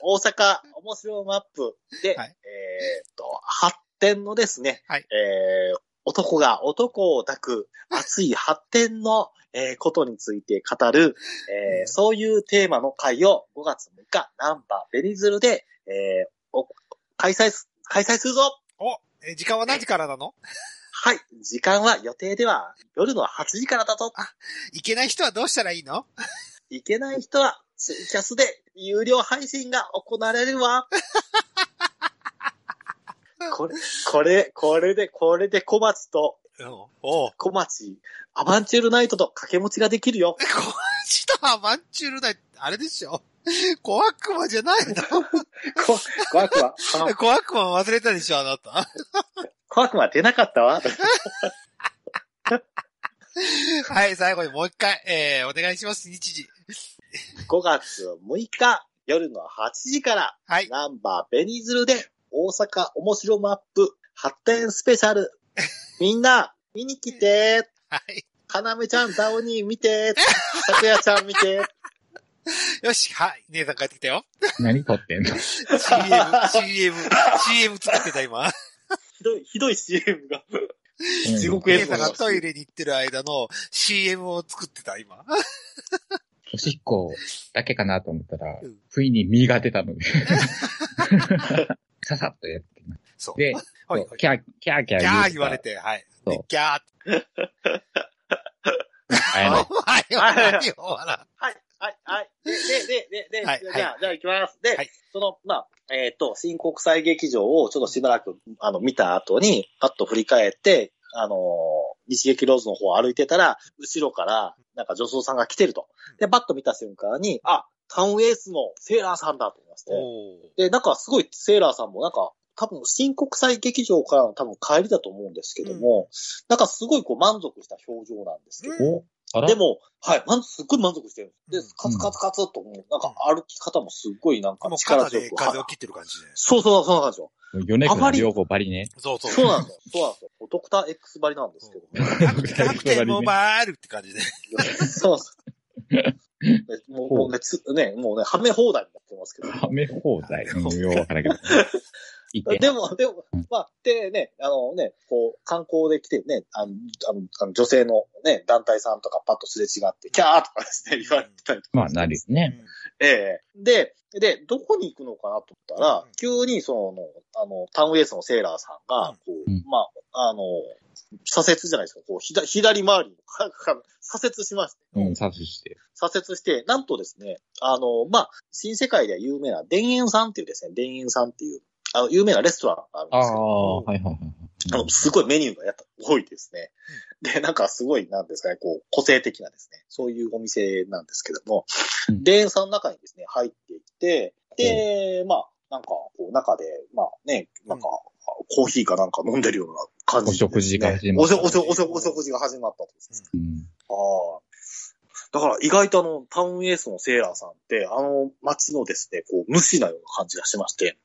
Speaker 3: 大阪面白マップで、
Speaker 1: はい
Speaker 3: えーっと、発展のですね、
Speaker 1: はい
Speaker 3: えー男が男を抱く熱い発展の、えーことについて語る、えー
Speaker 1: うん
Speaker 3: そういうテーマの会を5月6日、ナンバーベニズルで、えーお開催す、開催するぞ
Speaker 1: お、え時間は何時からなの
Speaker 3: はい、時間は予定では夜の8時からだと。
Speaker 1: いけない人はどうしたらいいの
Speaker 3: いけない人は、ツイキャスで有料配信が行われるわ。これ、これ、これで、これで小町と、
Speaker 1: うん。おう。
Speaker 3: 小町、アバンチュールナイトと掛け持ちができるよ。
Speaker 1: え、こっちとアバンチュールだ、あれでしょ小悪魔じゃないの
Speaker 3: こ、怖くは、あ
Speaker 1: 小悪魔忘れたでしょあなた。
Speaker 3: 怖くは出なかったわ。 *laughs*
Speaker 1: はい、最後にもう一回、えー、お願いします、日時。
Speaker 3: 5月6日、夜の8時から、
Speaker 1: はい。
Speaker 3: ナンバーベニズルで、大阪面白マップ発展スペシャル。みんな、見に来て、
Speaker 1: はい。
Speaker 3: かなめちゃん、ダオニー見て、さくやちゃん見て、
Speaker 1: よし、はい。姉さん帰ってきたよ。
Speaker 2: 何撮ってんの
Speaker 1: CM、CM、CM 作ってた今。
Speaker 3: ひどい、ひどい CM が。地獄
Speaker 1: 姉
Speaker 3: 絵
Speaker 1: さ
Speaker 3: 図
Speaker 1: んがトイレに行ってる間の CM を作ってた今。
Speaker 2: おしっこだけかなと思ったら
Speaker 1: うん、
Speaker 2: ついに身が出たので。 *laughs* ささっとやってます。
Speaker 1: そう。
Speaker 2: で、
Speaker 1: は
Speaker 2: そ、
Speaker 1: いう
Speaker 2: キャー、キャーキャー
Speaker 1: ギャ
Speaker 2: 言うから
Speaker 1: ー言われ。て、はい。
Speaker 2: そう
Speaker 1: でギャーって。
Speaker 2: あやの
Speaker 1: お前は何を笑う
Speaker 3: はい、はい、はい。で、で、で、で、で、
Speaker 1: はい
Speaker 3: じゃあ、じゃあ行きます。で、
Speaker 1: はい
Speaker 3: その、まあ、えっ、と、新国際劇場をちょっとしばらく、あの、見た後に、パッと振り返って、あのー日劇ローズの方を歩いてたら、後ろから、なんか女装さんが来てると。で、パッと見た瞬間に、あ、タウンエースのセーラーさんだと思いまして。
Speaker 1: おー
Speaker 3: で、なんかすごいセーラーさんもなんか、多分新国際劇場からの多分帰りだと思うんですけども、なんかすごいこう満足した表情なんですけど、
Speaker 2: お、あら
Speaker 3: でも、はい、満足、すっごい満足してるんで
Speaker 1: うん
Speaker 3: す。で、カツカツカツっともう、なんか歩き方もすっごいなんか
Speaker 1: もう
Speaker 3: 力
Speaker 1: 肩
Speaker 3: 強
Speaker 1: で
Speaker 3: く。
Speaker 1: 風
Speaker 3: は
Speaker 1: を
Speaker 3: い
Speaker 1: 切ってる感じで。
Speaker 3: そうそう、そうなんですよ。
Speaker 2: 米
Speaker 3: あ
Speaker 2: 倉
Speaker 3: まり
Speaker 2: 涼子バリね。
Speaker 1: そうそう。
Speaker 3: そうなんですよ。そうなんですよ。ドクター X ばりなんです
Speaker 1: *laughs*
Speaker 3: けどね。
Speaker 1: 100点もバールって感じで。
Speaker 3: そうそう。もうもうね、つね、もうね、はめ放題になってますけど。
Speaker 2: はめ放題のよう
Speaker 1: *laughs*
Speaker 2: わからんけど。いて
Speaker 3: でも、でも
Speaker 2: うん、
Speaker 3: まあ、でね、あのね、こう、観光で来てね、あの、あの、あの女性のね、団体さんとかパッとすれ違って、キャーとかですね、言われてたりとか。
Speaker 2: まあ、なるよね。
Speaker 3: ええで、で、どこに行くのかなと思ったら、
Speaker 1: うん
Speaker 3: 急にその、あの、タウンエースのセーラーさんが、こう、
Speaker 2: うん
Speaker 3: まあ、あの、左折じゃないですか、こう、左左回りに、 *laughs* 左折しまして、
Speaker 2: うん、サーチして。
Speaker 3: 左折して、なんとですね、あの、まあ、新世界では有名な田園さんっていうですね、田園さんっていう、あの、有名なレストランがあるん
Speaker 2: あ
Speaker 3: ですけど、
Speaker 2: あ、はいはいはい。
Speaker 3: あの、すごいメニューがやっぱ多いですね。で、なんかすごい、なんですかね、こう、個性的なですね、そういうお店なんですけども
Speaker 2: う、ん
Speaker 3: 田園さんの中にですね、入っていって、で、まあ、なんか、こう、中で、まあね、なんか、コーヒーかなんか飲んでるような感じで、
Speaker 2: お食事が始ま
Speaker 3: お
Speaker 2: った
Speaker 3: せおせおせお食事が始まったと。
Speaker 2: うん。
Speaker 3: ああ。だから意外とあの、タウンエースのセーラーさんって、あの街のですね、こう、無視なような感じがしまして、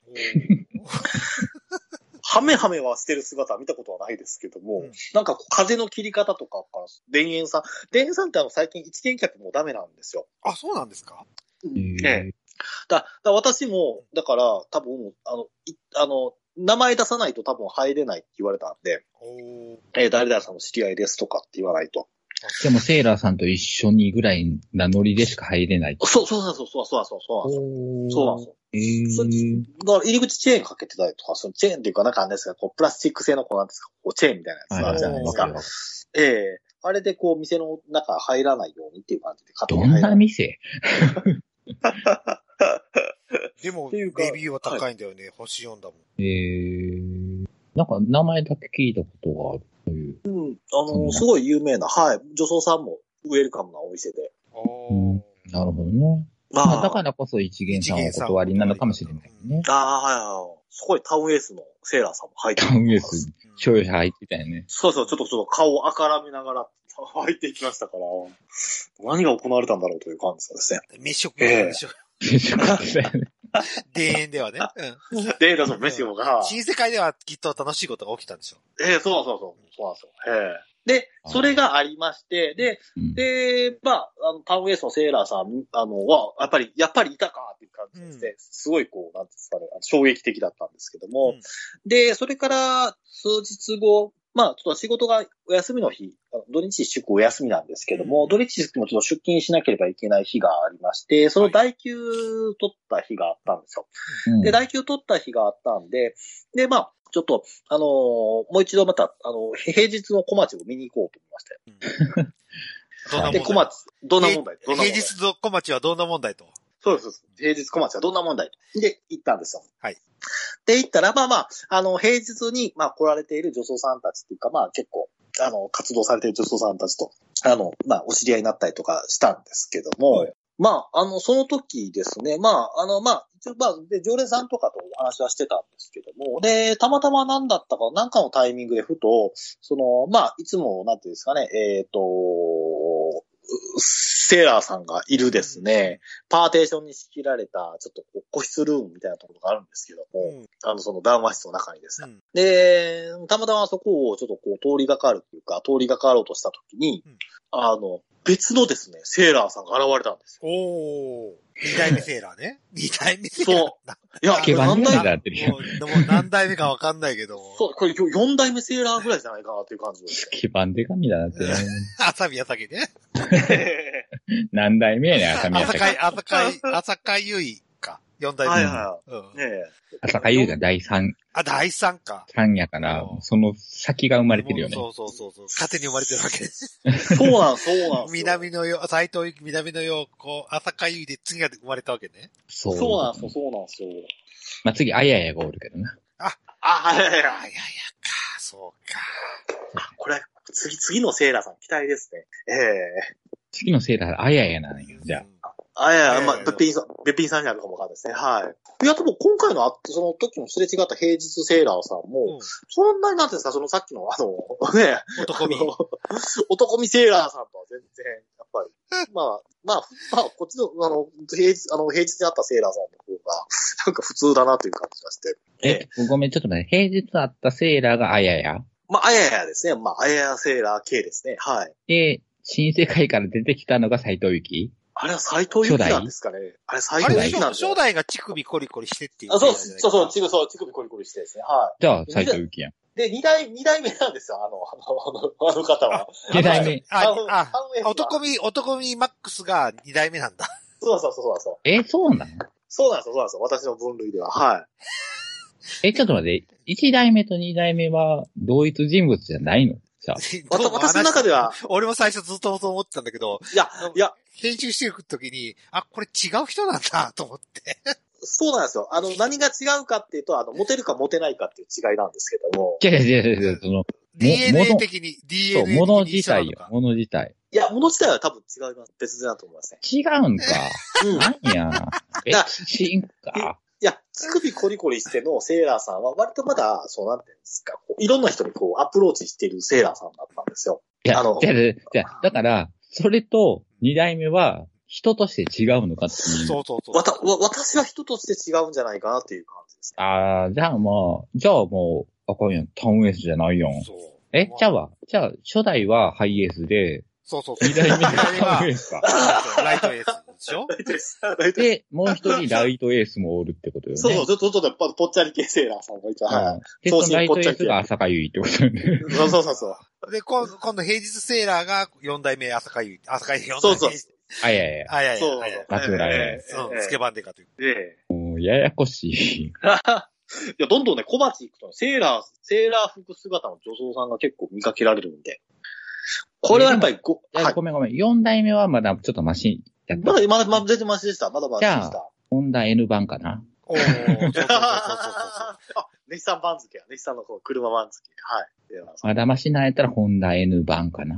Speaker 3: ハメハメはしてる姿は見たことはないですけども、
Speaker 1: うん
Speaker 3: なんかこう風の切り方とかから、田園さん、田園さんってあの最近一見客もダメなんですよ。
Speaker 1: あ、そうなんですか
Speaker 3: ええ
Speaker 2: え
Speaker 3: だだから私も、だから多分、あの、いあの、名前出さないと多分入れないって言われたんで、
Speaker 1: おー
Speaker 3: えー誰々さんの知り合いですとかって言わないと。
Speaker 2: でも、セーラーさんと一緒にぐらいなノリでしか入れない。
Speaker 3: そうそうそうそうそうそうそうなんですよ。そうなんですよ。そ
Speaker 2: ええ
Speaker 3: だから入り口チェーンかけてたりとか、そのチェーンっていうか、なんかあれですか、こう、プラスチック製のこうなんですか、こう、チェーンみたいなやつがあるじゃないです
Speaker 1: は
Speaker 3: か。ええあれでこう、店の中入らないようにっていう感じで、勝手に
Speaker 2: ど
Speaker 3: 入
Speaker 2: ん
Speaker 3: ら
Speaker 2: な
Speaker 3: ない。
Speaker 2: 店
Speaker 1: でも、
Speaker 3: てい
Speaker 1: レ
Speaker 3: うか
Speaker 1: ビューは高いんだよね。星4だもん。
Speaker 2: ええなんか、名前だけ聞いたことがある。そういう。
Speaker 3: あの、すごい有名な、はい、女装さんもウェルカムなお店で。
Speaker 1: お
Speaker 2: なるほどね。まあ、だ
Speaker 3: あ
Speaker 2: か
Speaker 3: あ、
Speaker 2: らこそ一元さんはお断りなのかもしれないね。 *laughs*
Speaker 3: ああ、はいはい。すごいタウンエースのセーラーさんも入って
Speaker 2: タウンエース、
Speaker 1: うん
Speaker 2: 所有者入ってたよね。
Speaker 3: そうそう、ちょっとちょっと顔をあからめながら *laughs* 入っていきましたから、何が行われたんだろうという感じですね。
Speaker 1: 飯食ってたでしょ。 *laughs*
Speaker 2: 定食してたよね
Speaker 1: 田園ではね。うん。
Speaker 3: データのメシオが、
Speaker 1: 新世界ではきっと楽しいことが起きたんでしょ
Speaker 3: ええそうそうそう、そうなんですよ。ええで、それがありまして、で、
Speaker 2: うん
Speaker 3: で、まあ、あの、タウンエースのセーラーさん、あの、は、やっぱり、やっぱりいたかっていう感じでして、すごいこう、なんていうんですかね、あの衝撃的だったんですけど
Speaker 1: う
Speaker 3: も、
Speaker 1: ん
Speaker 3: で、それから数日後、まあ、ちょっと仕事がお休みの日、あの土日祝お休みなんですけども、
Speaker 1: うん
Speaker 3: 土日祝もちょっと出勤しなければいけない日がありまして、その代休取った日があったんですよ。
Speaker 2: うん
Speaker 3: で、代休取った日があったんで、で、まあ、ちょっと、あのーもう一度また、あのー平日の小町を見に行こうと思いまして。
Speaker 1: どんな問題
Speaker 3: で、小町、どんな問題どんな問題
Speaker 1: 平日の小町はどんな問題と。
Speaker 3: そうですそうです。平日小町はどんな問題で、行ったんですよ。
Speaker 1: はい。
Speaker 3: で、行ったら、まあまあ、あの、平日に、まあ、来られている女装さんたちっていうか、まあ、結構、あの、活動されている女装さんたちと、あの、まあ、お知り合いになったりとかしたんですけども、
Speaker 1: はい
Speaker 3: まあ、あの、その時ですね、まあ、あの、まあ、一応、まあ、で、常連さんとかとお話はしてたんですけども、で、たまたま何だったか、何かのタイミングでふと、その、まあ、いつも、なんていうんですかね、えっ、と、セーラーさんがいるですね、パーテーションに仕切られた、ちょっとこう個室ルームみたいなところがあるんですけど
Speaker 1: う
Speaker 3: も、
Speaker 1: ん。
Speaker 3: あの、その談話室の中にですね。
Speaker 1: うん
Speaker 3: で、たまたまそこをちょっとこう通りがかるというか、通りがかろうとしたときに、
Speaker 1: うん
Speaker 3: あの、別のですね、セーラーさんが現れたんです
Speaker 1: おー。二代目セーラーね。 *laughs* 二代目セーラー。
Speaker 3: そう
Speaker 1: な
Speaker 3: よ。いや、
Speaker 1: あ
Speaker 2: つけば
Speaker 3: 何
Speaker 2: に
Speaker 3: 代
Speaker 2: な
Speaker 3: 目
Speaker 2: ってるよ。
Speaker 1: もう、もう何代目かわかんないけど。
Speaker 3: そう、これ4代目セーラーぐらいじゃないかなという
Speaker 1: *laughs*
Speaker 3: 感じで
Speaker 2: つ
Speaker 3: す。
Speaker 2: けばんでかみだなってね。
Speaker 1: 朝宮崎ね。
Speaker 2: 何代目やねん、朝宮
Speaker 1: 朝
Speaker 2: 崎。
Speaker 1: 会、朝会、朝会優衣か。四代目。
Speaker 3: はいは
Speaker 1: うん
Speaker 3: い。ねえ。
Speaker 2: 朝香優が第3、
Speaker 1: あ、第三か。
Speaker 2: 三やから、その先が生まれてるよね。
Speaker 1: もうそうそうそうそう。縦に生まれてるわけです。
Speaker 3: そうなん、そうなんですよ。
Speaker 1: 南のよ、斎藤由紀、南のよ、こう、朝香ゆいで次が生まれたわけね。
Speaker 2: そ
Speaker 3: そうなんですよ、そうなんですよ。
Speaker 2: まあ、次、あややがおるけどな。
Speaker 3: あ、はいはい
Speaker 1: あや
Speaker 3: はい。
Speaker 1: やか、そうか。
Speaker 3: これ、次、次のセーラーさん期待ですね。ええ
Speaker 2: 次のセーラー、あややなんよ、じゃあ。
Speaker 1: あ。
Speaker 3: あ、いやいや、
Speaker 1: え
Speaker 3: ま
Speaker 1: え
Speaker 3: あ、べっぴんさん、べっぴんさんになるかもわかんないですね。はい。いや、でも今回のあ、その時のすれ違った平日セーラーさんも、そんなになんていうんですか、そのさっきの、あの、 *laughs* ね、
Speaker 1: 男見
Speaker 3: あ。の男見セーラーさんとは全然、やっぱり、まあ、まあ、まあ、こっちの、あの、平日、あの、平日にあったセーラーさんの方が、なんか普通だなという感じがして。
Speaker 2: え、ごめん、ちょっと待って。平日あったセーラーがあやや。
Speaker 3: まあ、あややですね。まあ、あややセーラー系ですね。はい。
Speaker 2: で、新世界から出てきたのが斎藤由紀。
Speaker 3: あれは斎藤由貴なんですかね。あれ斎
Speaker 1: あ
Speaker 3: 藤
Speaker 1: れで
Speaker 3: 由
Speaker 1: し
Speaker 3: 貴
Speaker 1: ょ、
Speaker 3: なんです
Speaker 1: 初
Speaker 3: よ。
Speaker 1: 代が乳首コリコリしてっていう。
Speaker 3: あそうそうそうそう、ちぐそう、乳首コリコリしてですね。は
Speaker 2: じゃあ、斎藤由紀やん。
Speaker 3: い。で、二代、二代目なんですよ、あの、あの、あの、あの方は。
Speaker 2: 二代目。
Speaker 1: あ
Speaker 3: の、
Speaker 1: あ、
Speaker 3: タウンエースが
Speaker 1: 男見、男見マックスが二代目なんだ。
Speaker 3: そうそうそうそうそう。
Speaker 2: え、そうなの
Speaker 3: そうなんですよ、そうなんですよ。私の分類では。はい。
Speaker 2: え、ちょっと待って。一代目と二代目は同一人物じゃないのじゃあ。
Speaker 3: わた私の中では。
Speaker 1: 俺も最初ずっとそう思ってたんだけど、
Speaker 3: いや、いや、
Speaker 1: 編集していくときに、あ、これ違う人なんだと思って。
Speaker 3: そうなんですよ。あの、何が違うかっていうと、あの、モテるかモテないかっていう違いなんですけども。
Speaker 2: 違う違う違う違う、その、
Speaker 1: DNA 的に、
Speaker 2: そ
Speaker 1: DNA
Speaker 2: う、
Speaker 1: 的に一緒なのか。
Speaker 2: 物自体よ、物自体。
Speaker 3: いや、もの自体は多分違います。別だと思いますね。
Speaker 2: 違うんか。
Speaker 3: うん。
Speaker 2: なん
Speaker 1: *laughs*
Speaker 2: や。別人か。
Speaker 3: いや、乳首コリコリしてのセーラーさんは、割とまだ、そうなんていうんですか、こういろんな人にこう、アプローチしているセーラーさんだったんですよ。
Speaker 2: いや、
Speaker 3: あの
Speaker 2: じゃあじゃあだから、それと二代目は人として違うのかっていう。
Speaker 1: そうそうそう
Speaker 3: わ。た、わ、私は人として違うんじゃないかなっていう感じですね。
Speaker 2: ああ、じゃあもう、じゃあもう、あかんやん。タウンエースじゃないやん。
Speaker 1: そう
Speaker 2: え、じゃあは、じゃあ、初代はハイエースで、
Speaker 1: そうそうそう。
Speaker 2: 二代目が
Speaker 1: 二代
Speaker 2: タウンエ
Speaker 1: 目
Speaker 2: ースか。
Speaker 1: は *laughs* ライトエースでしょ
Speaker 3: 大体です。大体
Speaker 2: で、もう一人ライトエースもおるってことよね。
Speaker 3: そうそう、ちょっと、ちょっと、ぽぽっちゃり系セーラーさんがいた。
Speaker 2: う
Speaker 3: は
Speaker 2: ん。で、そのライトエースが浅香ゆいってことよね。
Speaker 3: い。そうそうそうそう。
Speaker 1: で、今度、今度平日セーラーが4代目朝香ゆい。朝香ゆい4代目。
Speaker 3: そうそう
Speaker 2: あ、いやいや。
Speaker 1: あいやい
Speaker 3: そう
Speaker 1: や、あいやい
Speaker 2: 松村
Speaker 3: ええ
Speaker 1: や。
Speaker 3: え
Speaker 1: う
Speaker 3: え
Speaker 1: ん、つけばんでかという。
Speaker 3: ええ
Speaker 2: もう、ややこしい。
Speaker 3: いや、どんどんね、小鉢行くと、セーラー、セーラー服姿の女装さんが結構見かけられるんで。これはやっぱりご、
Speaker 2: いや
Speaker 3: はい。
Speaker 2: ごめんごめん。4代目はまだちょっとマシやっ
Speaker 3: ま
Speaker 2: た。
Speaker 3: だ、まだ、まだ全然マシでした。まだまだでし
Speaker 2: じゃ
Speaker 3: た。
Speaker 2: 本田 N 版かな。
Speaker 1: おお、そうそうそうそうそう
Speaker 3: *laughs* あ、ネヒさん番付や。ネヒさんのこの車番付。はい。セーラーさん
Speaker 2: まだマシなんやったら本田 N 版かな。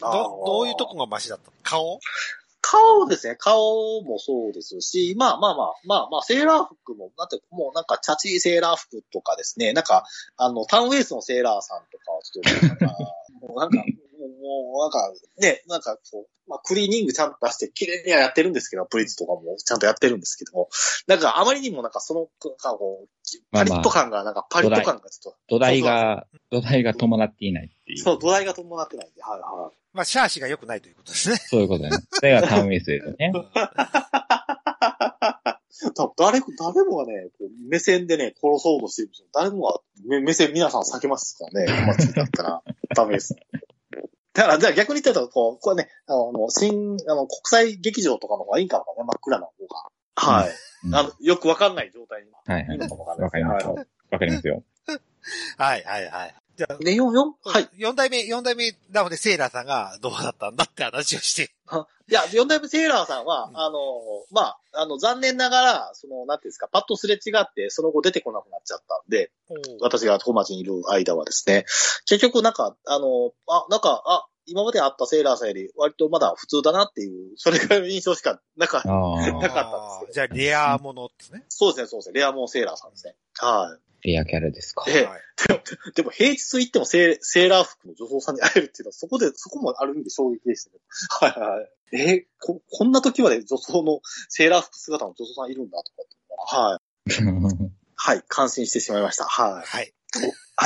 Speaker 1: ど、どういうとこがマシだったの顔
Speaker 3: 顔ですね。顔もそうですし、まあまあまあ、まあまあ、セーラー服も、なんて、もうなんか、チャチーセーラー服とかですね、なんか、あの、タウンウェイスのセーラーさんとかは、ちょっとなんか、もうなんか、もうなんか、ね、なんかこう、まあ、クリーニングちゃんと出して、綺麗にはやってるんですけど、プリズとかもちゃんとやってるんですけども、なんか、あまりにもなんか、その、なんかこう、パリッと感が、なんか、パリッと感がちょっと、
Speaker 2: 土台が、土台が伴っていないっていう。
Speaker 3: そう、土台が伴ってないんで、はいはい。
Speaker 1: まあ、シャーシが良くないということ
Speaker 3: *laughs*
Speaker 1: ですね。
Speaker 2: そういうことだね。それがタウンウェイスですね。 *laughs*
Speaker 3: 多分誰か、誰もがね、こう目線でね、殺そうとしてるんですよ。誰もが目目線皆さん避けますから
Speaker 2: *laughs*
Speaker 3: ね、お祭りだったら。ダメです。だから、じゃあ逆に言ったら、こう、これね、あの、新、あの、国際劇場とかの方がいいんかもね、真っ暗な方が。はい。
Speaker 2: うん
Speaker 3: あの、よくわかんない状態に。
Speaker 2: はいはい
Speaker 3: い
Speaker 2: い。
Speaker 3: のかもわかんない
Speaker 2: わかりますよ。わかりますよ。
Speaker 1: はい、はい、はい。じゃあ、
Speaker 3: ね、よんよんはい。
Speaker 1: 4代目、四代目なので、セーラーさんがどうだったんだって話をして。
Speaker 3: いや、四代目セーラーさんは
Speaker 1: う、ん
Speaker 3: あの、まあ、あの、残念ながら、その、なんていうんですか、パッとすれ違って、その後出てこなくなっちゃったんで、
Speaker 1: おー
Speaker 3: 私が小町にいる間はですね、結局なんか、あの、あ、なんか、あ、今まであったセーラーさんより割とまだ普通だなっていう、それぐらいの印象しか、なんか、
Speaker 2: あ
Speaker 3: な
Speaker 2: あ。
Speaker 3: かったんですけど
Speaker 1: じゃあ、レアものですね。
Speaker 3: そうですね、そうですね、レアモンセーラーさんですね。は
Speaker 2: レアキャラですか。
Speaker 3: ええ
Speaker 1: はい
Speaker 3: い。でも平日行ってもセーセーラー服の女装さんに会えるっていうのは、そこで、そこもある意味で衝撃でしたね。はいはいはい。えーこ、こんな時まで女装の、セーラー服姿の女装さんいるんだとかって。はい。はい、感心してしまいました。はい。
Speaker 1: は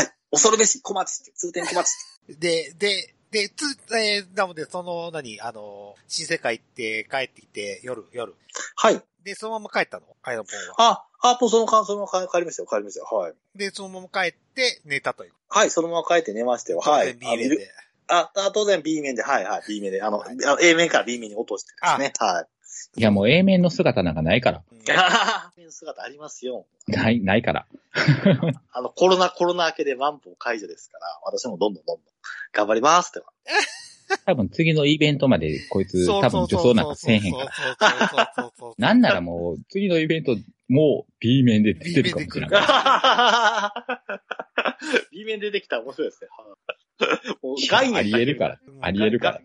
Speaker 1: い。
Speaker 3: 恐るべし、小町って、通天小町って。
Speaker 1: で、で、で、つ、えーなので、その、何、あの、新世界行って帰ってきて、夜、夜。
Speaker 3: はい。
Speaker 1: で、そのまま帰ったの、アイロンポンは。
Speaker 3: あ、あ、もうその感想も変え変わりましたよ、変わりましたよ。はい。
Speaker 1: で、そのまま帰って、寝たという。
Speaker 3: はい、そのまま変えて寝ましたよ。はい。
Speaker 1: 当然 B 面で。
Speaker 3: あ。あ、当然 B 面で、はいはい、B 面で。あの、
Speaker 1: はい
Speaker 3: あ A 面から B 面に落としてですね。はい。
Speaker 2: *laughs* いや、もう A 面の姿なんかないから。
Speaker 1: うん
Speaker 3: *laughs* あー姿ありますよ。
Speaker 2: ない、ないから。
Speaker 3: あの、コロナ、コロナ明けでワンポン解除ですから、私もどんどんどんどん頑張りますって。 *laughs*
Speaker 2: 多分次のイベントまでこいつ多分女装なんかせえへんから。
Speaker 1: そうそうそうそうそうそうそう。
Speaker 2: なんならもう次のイベントもう B 面で出てるかもし
Speaker 1: B 面で来
Speaker 2: れ
Speaker 1: る
Speaker 2: ない。
Speaker 3: B 面出てきたら面白いですね。もう
Speaker 2: いや
Speaker 3: 概念
Speaker 2: あり得るから。あり得るから。
Speaker 3: ら。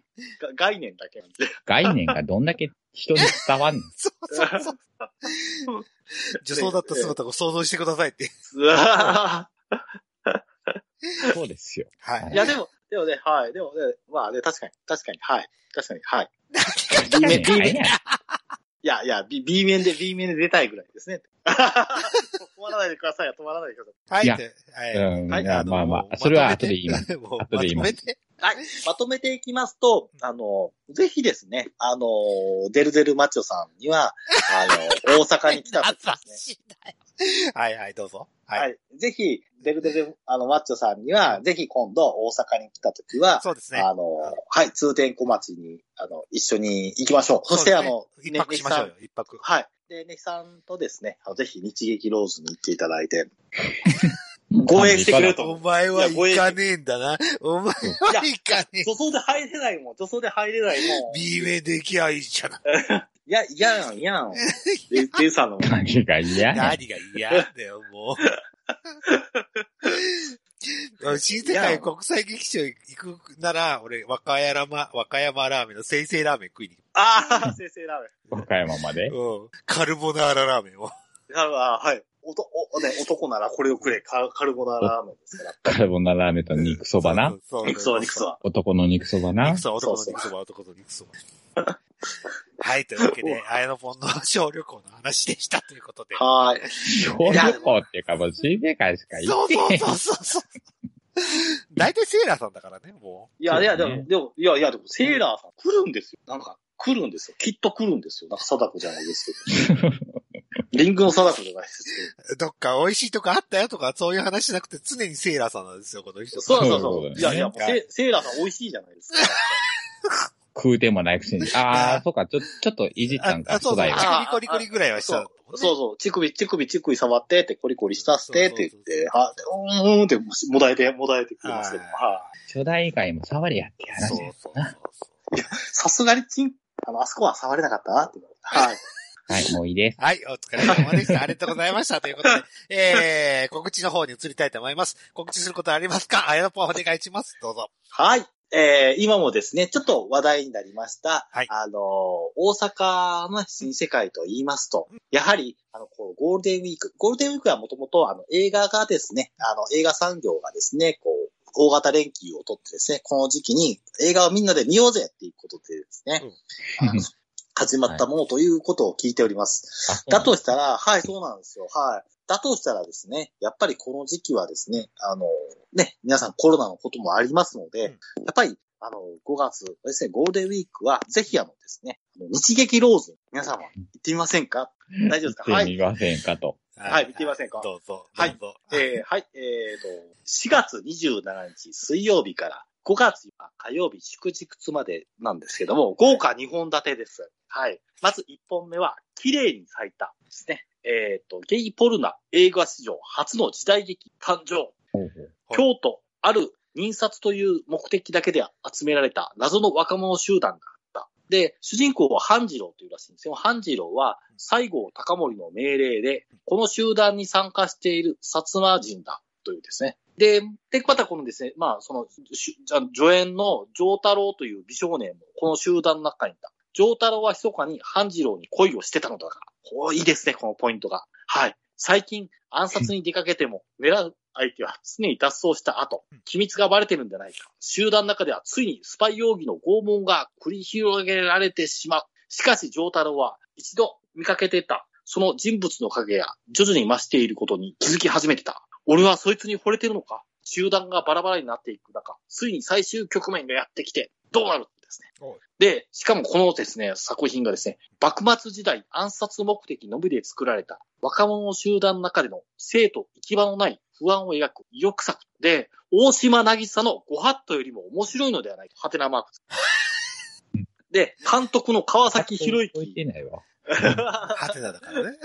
Speaker 3: 概念だけなんで。
Speaker 2: 概念がどんだけ人に伝わんの
Speaker 1: そうそうそう。女装だった姿を想像してくださいって。
Speaker 3: *laughs*
Speaker 2: そう
Speaker 3: *laughs*
Speaker 2: ですよ。
Speaker 1: はいい。
Speaker 3: いや、でも、でもね、はい。でもね、まあね、確かに、確かに、はい。確かに、はい。
Speaker 2: B
Speaker 1: *laughs*
Speaker 3: 面 B 面
Speaker 2: ないやん
Speaker 3: いや、いや、B, B 面で、B 面で出たいぐらいですね。 *laughs* 止まらないでくださいよ、止まらないでください。
Speaker 1: はい
Speaker 2: や
Speaker 1: って。はい
Speaker 2: うん、
Speaker 3: はい
Speaker 2: いや
Speaker 1: の
Speaker 2: まあま
Speaker 1: も
Speaker 2: あ、
Speaker 1: う
Speaker 2: それは
Speaker 1: まと
Speaker 2: 後
Speaker 1: め
Speaker 2: で
Speaker 1: て
Speaker 2: 言います。
Speaker 1: もう
Speaker 2: 後で言いま
Speaker 1: まとめ
Speaker 2: す
Speaker 1: て
Speaker 3: はい。まとめていきますと、あの、ぜひですね、あの、デルデルマチョさんには、あ
Speaker 1: *laughs*
Speaker 3: の、大阪に来た時です
Speaker 1: 優
Speaker 3: ね。
Speaker 1: しいなはいはい、どうぞ。はい。
Speaker 3: はい。ぜひ、デルデル、あの、マッチョさんには、ぜひ今度、大阪に来た時は、
Speaker 1: そうですね。
Speaker 3: あの、はい、通天小町に、あの、一緒に行きましょう。そして、あの
Speaker 1: そう、ですね一泊しましょうよ、一泊。
Speaker 3: はい。で、ネヒさんとですね、あのぜひ日劇ローズに行っていただいて、護衛してくれると思
Speaker 1: お
Speaker 3: う。
Speaker 1: 前はい
Speaker 3: やごえ
Speaker 1: 行かねえんだな。 *laughs* お前はい
Speaker 3: や
Speaker 1: 行か
Speaker 3: *laughs*
Speaker 1: ねえ。
Speaker 3: 女装で入れないもん、女装で入れないもん。い
Speaker 1: B 面で行きゃいいじゃない。
Speaker 3: や、いやん、いやん。で、でさん *laughs* の、
Speaker 2: 何が嫌や
Speaker 1: 何が嫌だよ、も *laughs* う。新世界国際劇場行くなら、俺、和歌山、和歌山ラーメンの先生ラーメン食いに
Speaker 3: ああ、先生ラーメ
Speaker 2: 和歌山まで。
Speaker 1: 行く。うん。カルボナーララーメンを。
Speaker 3: ン。ああ、はい。おと、お、ね、男ならこれをくれ、カカルボナーララーメンですから。
Speaker 2: カルボナラーメンと肉そばな。。
Speaker 1: そうそう
Speaker 3: 肉そば、肉そ。ば。
Speaker 2: 男の肉そばな
Speaker 1: 肉。そば、男の肉そば、男の肉そば。はい、というわけで、あやのぽんの小旅行の話でしたということで。
Speaker 3: はーい。
Speaker 2: 小旅行っていうかもう新世界しか行
Speaker 1: そ
Speaker 2: っ
Speaker 1: う
Speaker 2: て
Speaker 1: そう
Speaker 2: へん。
Speaker 1: そうそうそう。大体セーラーさんだからね、も
Speaker 3: いや、いや、で
Speaker 2: そうね
Speaker 3: も、でも、いや、いや、でも、セーラーさん来るんですよ。なんか、来るんですよ。きっと来るんですよ。なんか、貞子じゃないです *laughs* けど。リンクの貞子じゃないですけ
Speaker 1: う。どっか美味しいとこあったよとか、そういう話じゃなくて、常にセーラーさんなんですよ、この人。
Speaker 3: ど。そうそう
Speaker 2: そうい
Speaker 3: そ
Speaker 2: うことだよね
Speaker 3: う。いやいや、もうセセーラーさん美味しいじゃないですか。
Speaker 2: 食うてもないくせに。あー、そうか、ちょ、ちょっといじったん
Speaker 1: あ
Speaker 2: か、
Speaker 1: あそうそ
Speaker 2: 初
Speaker 1: う、
Speaker 2: 代は。
Speaker 1: あコリコリコリぐらいはしたんだもんね。
Speaker 3: そうそう。乳首、乳首、乳首触ってって、コリコリしたしてって言って、
Speaker 1: そう
Speaker 3: は、うーんって、もだえて、もだえてくれますけども。
Speaker 1: はい
Speaker 3: はい。
Speaker 2: 初代以外も触りやって話
Speaker 1: そう
Speaker 2: や。
Speaker 1: そうそうそう。
Speaker 3: さすがに、チン、あの、あそこは触れなかったなって。はい。
Speaker 2: はい、もういいです。
Speaker 1: はい、お疲れ様でした。ありがとうございました。ということで、えー、告知の方に移りたいと思います。告知することありますかあやのぽんお願いします。どうぞ。
Speaker 3: はい。えー今もですね、ちょっと話題になりました、
Speaker 1: はい
Speaker 3: あのー、大阪の新世界と言いますと、やはり、あの、こう、ゴールデンウィーク、ゴールデンウィークはもともと、あの、映画がですね、あの、映画産業がですね、こう、大型連休を取ってですね、この時期に映画をみんなで見ようぜっていうことでですね、あの始まったものということを聞いております。だとしたら、はい、そうなんですよ。はい。だとしたらですね、やっぱりこの時期はですね、あの、ね、皆さんコロナのこともありますので、やっぱり、あの、5月ですね、ゴールデンウィークは、ぜひあのですね、あの日劇ローズ、皆様、行ってみませんか大丈夫ですか
Speaker 2: は。
Speaker 3: はいい。
Speaker 2: 見ませんかと。
Speaker 3: はい見てみませんか
Speaker 1: どうぞ。
Speaker 3: はい
Speaker 1: どうぞ。
Speaker 3: えーはい、えーと、4月27日水曜日から5月火曜日祝日までなんですけども、豪華2本立てです。はい。まず1本目は、綺麗に咲いたですね。えーと、ゲイポルナ映画史上初の時代劇誕生。
Speaker 1: はい
Speaker 3: 京都、ある印刷という目的だけで集められた謎の若者集団があった。で、主人公は半次郎というらしいんですよ。半次郎は西郷隆盛の命令で、この集団に参加している薩摩人だというですね。で、で、またこのですね、まあ、その、しじゃ助演の上太郎という美少年もこの集団の中にいた。上太郎は密かに半次郎に恋をしてたのだが、おいいですね、このポイントが。はい。最近、暗殺に出かけても、狙う相手は常に脱走した後、機密がバレてるんじゃないか。集団の中ではついにスパイ容疑の拷問が繰り広げられてしまう。しかし、上太郎は一度見かけてた、その人物の影が徐々に増していることに気づき始めてた。俺はそいつに惚れてるのか集団がバラバラになっていく中、ついに最終局面がやってきて、どうなるんですね
Speaker 1: おい。
Speaker 3: で、しかもこのですね、作品がですね、幕末時代暗殺目的のみで作られた若者の集団の中での生と行き場のない不安を描く意欲作で、大島渚のご法度よりも面白いのではないか。ハテ
Speaker 1: *laughs*
Speaker 3: ナマーク。で、監督の川崎博
Speaker 2: 置い
Speaker 3: 之。
Speaker 1: *laughs*
Speaker 2: てないわ。
Speaker 1: ハテナだからね。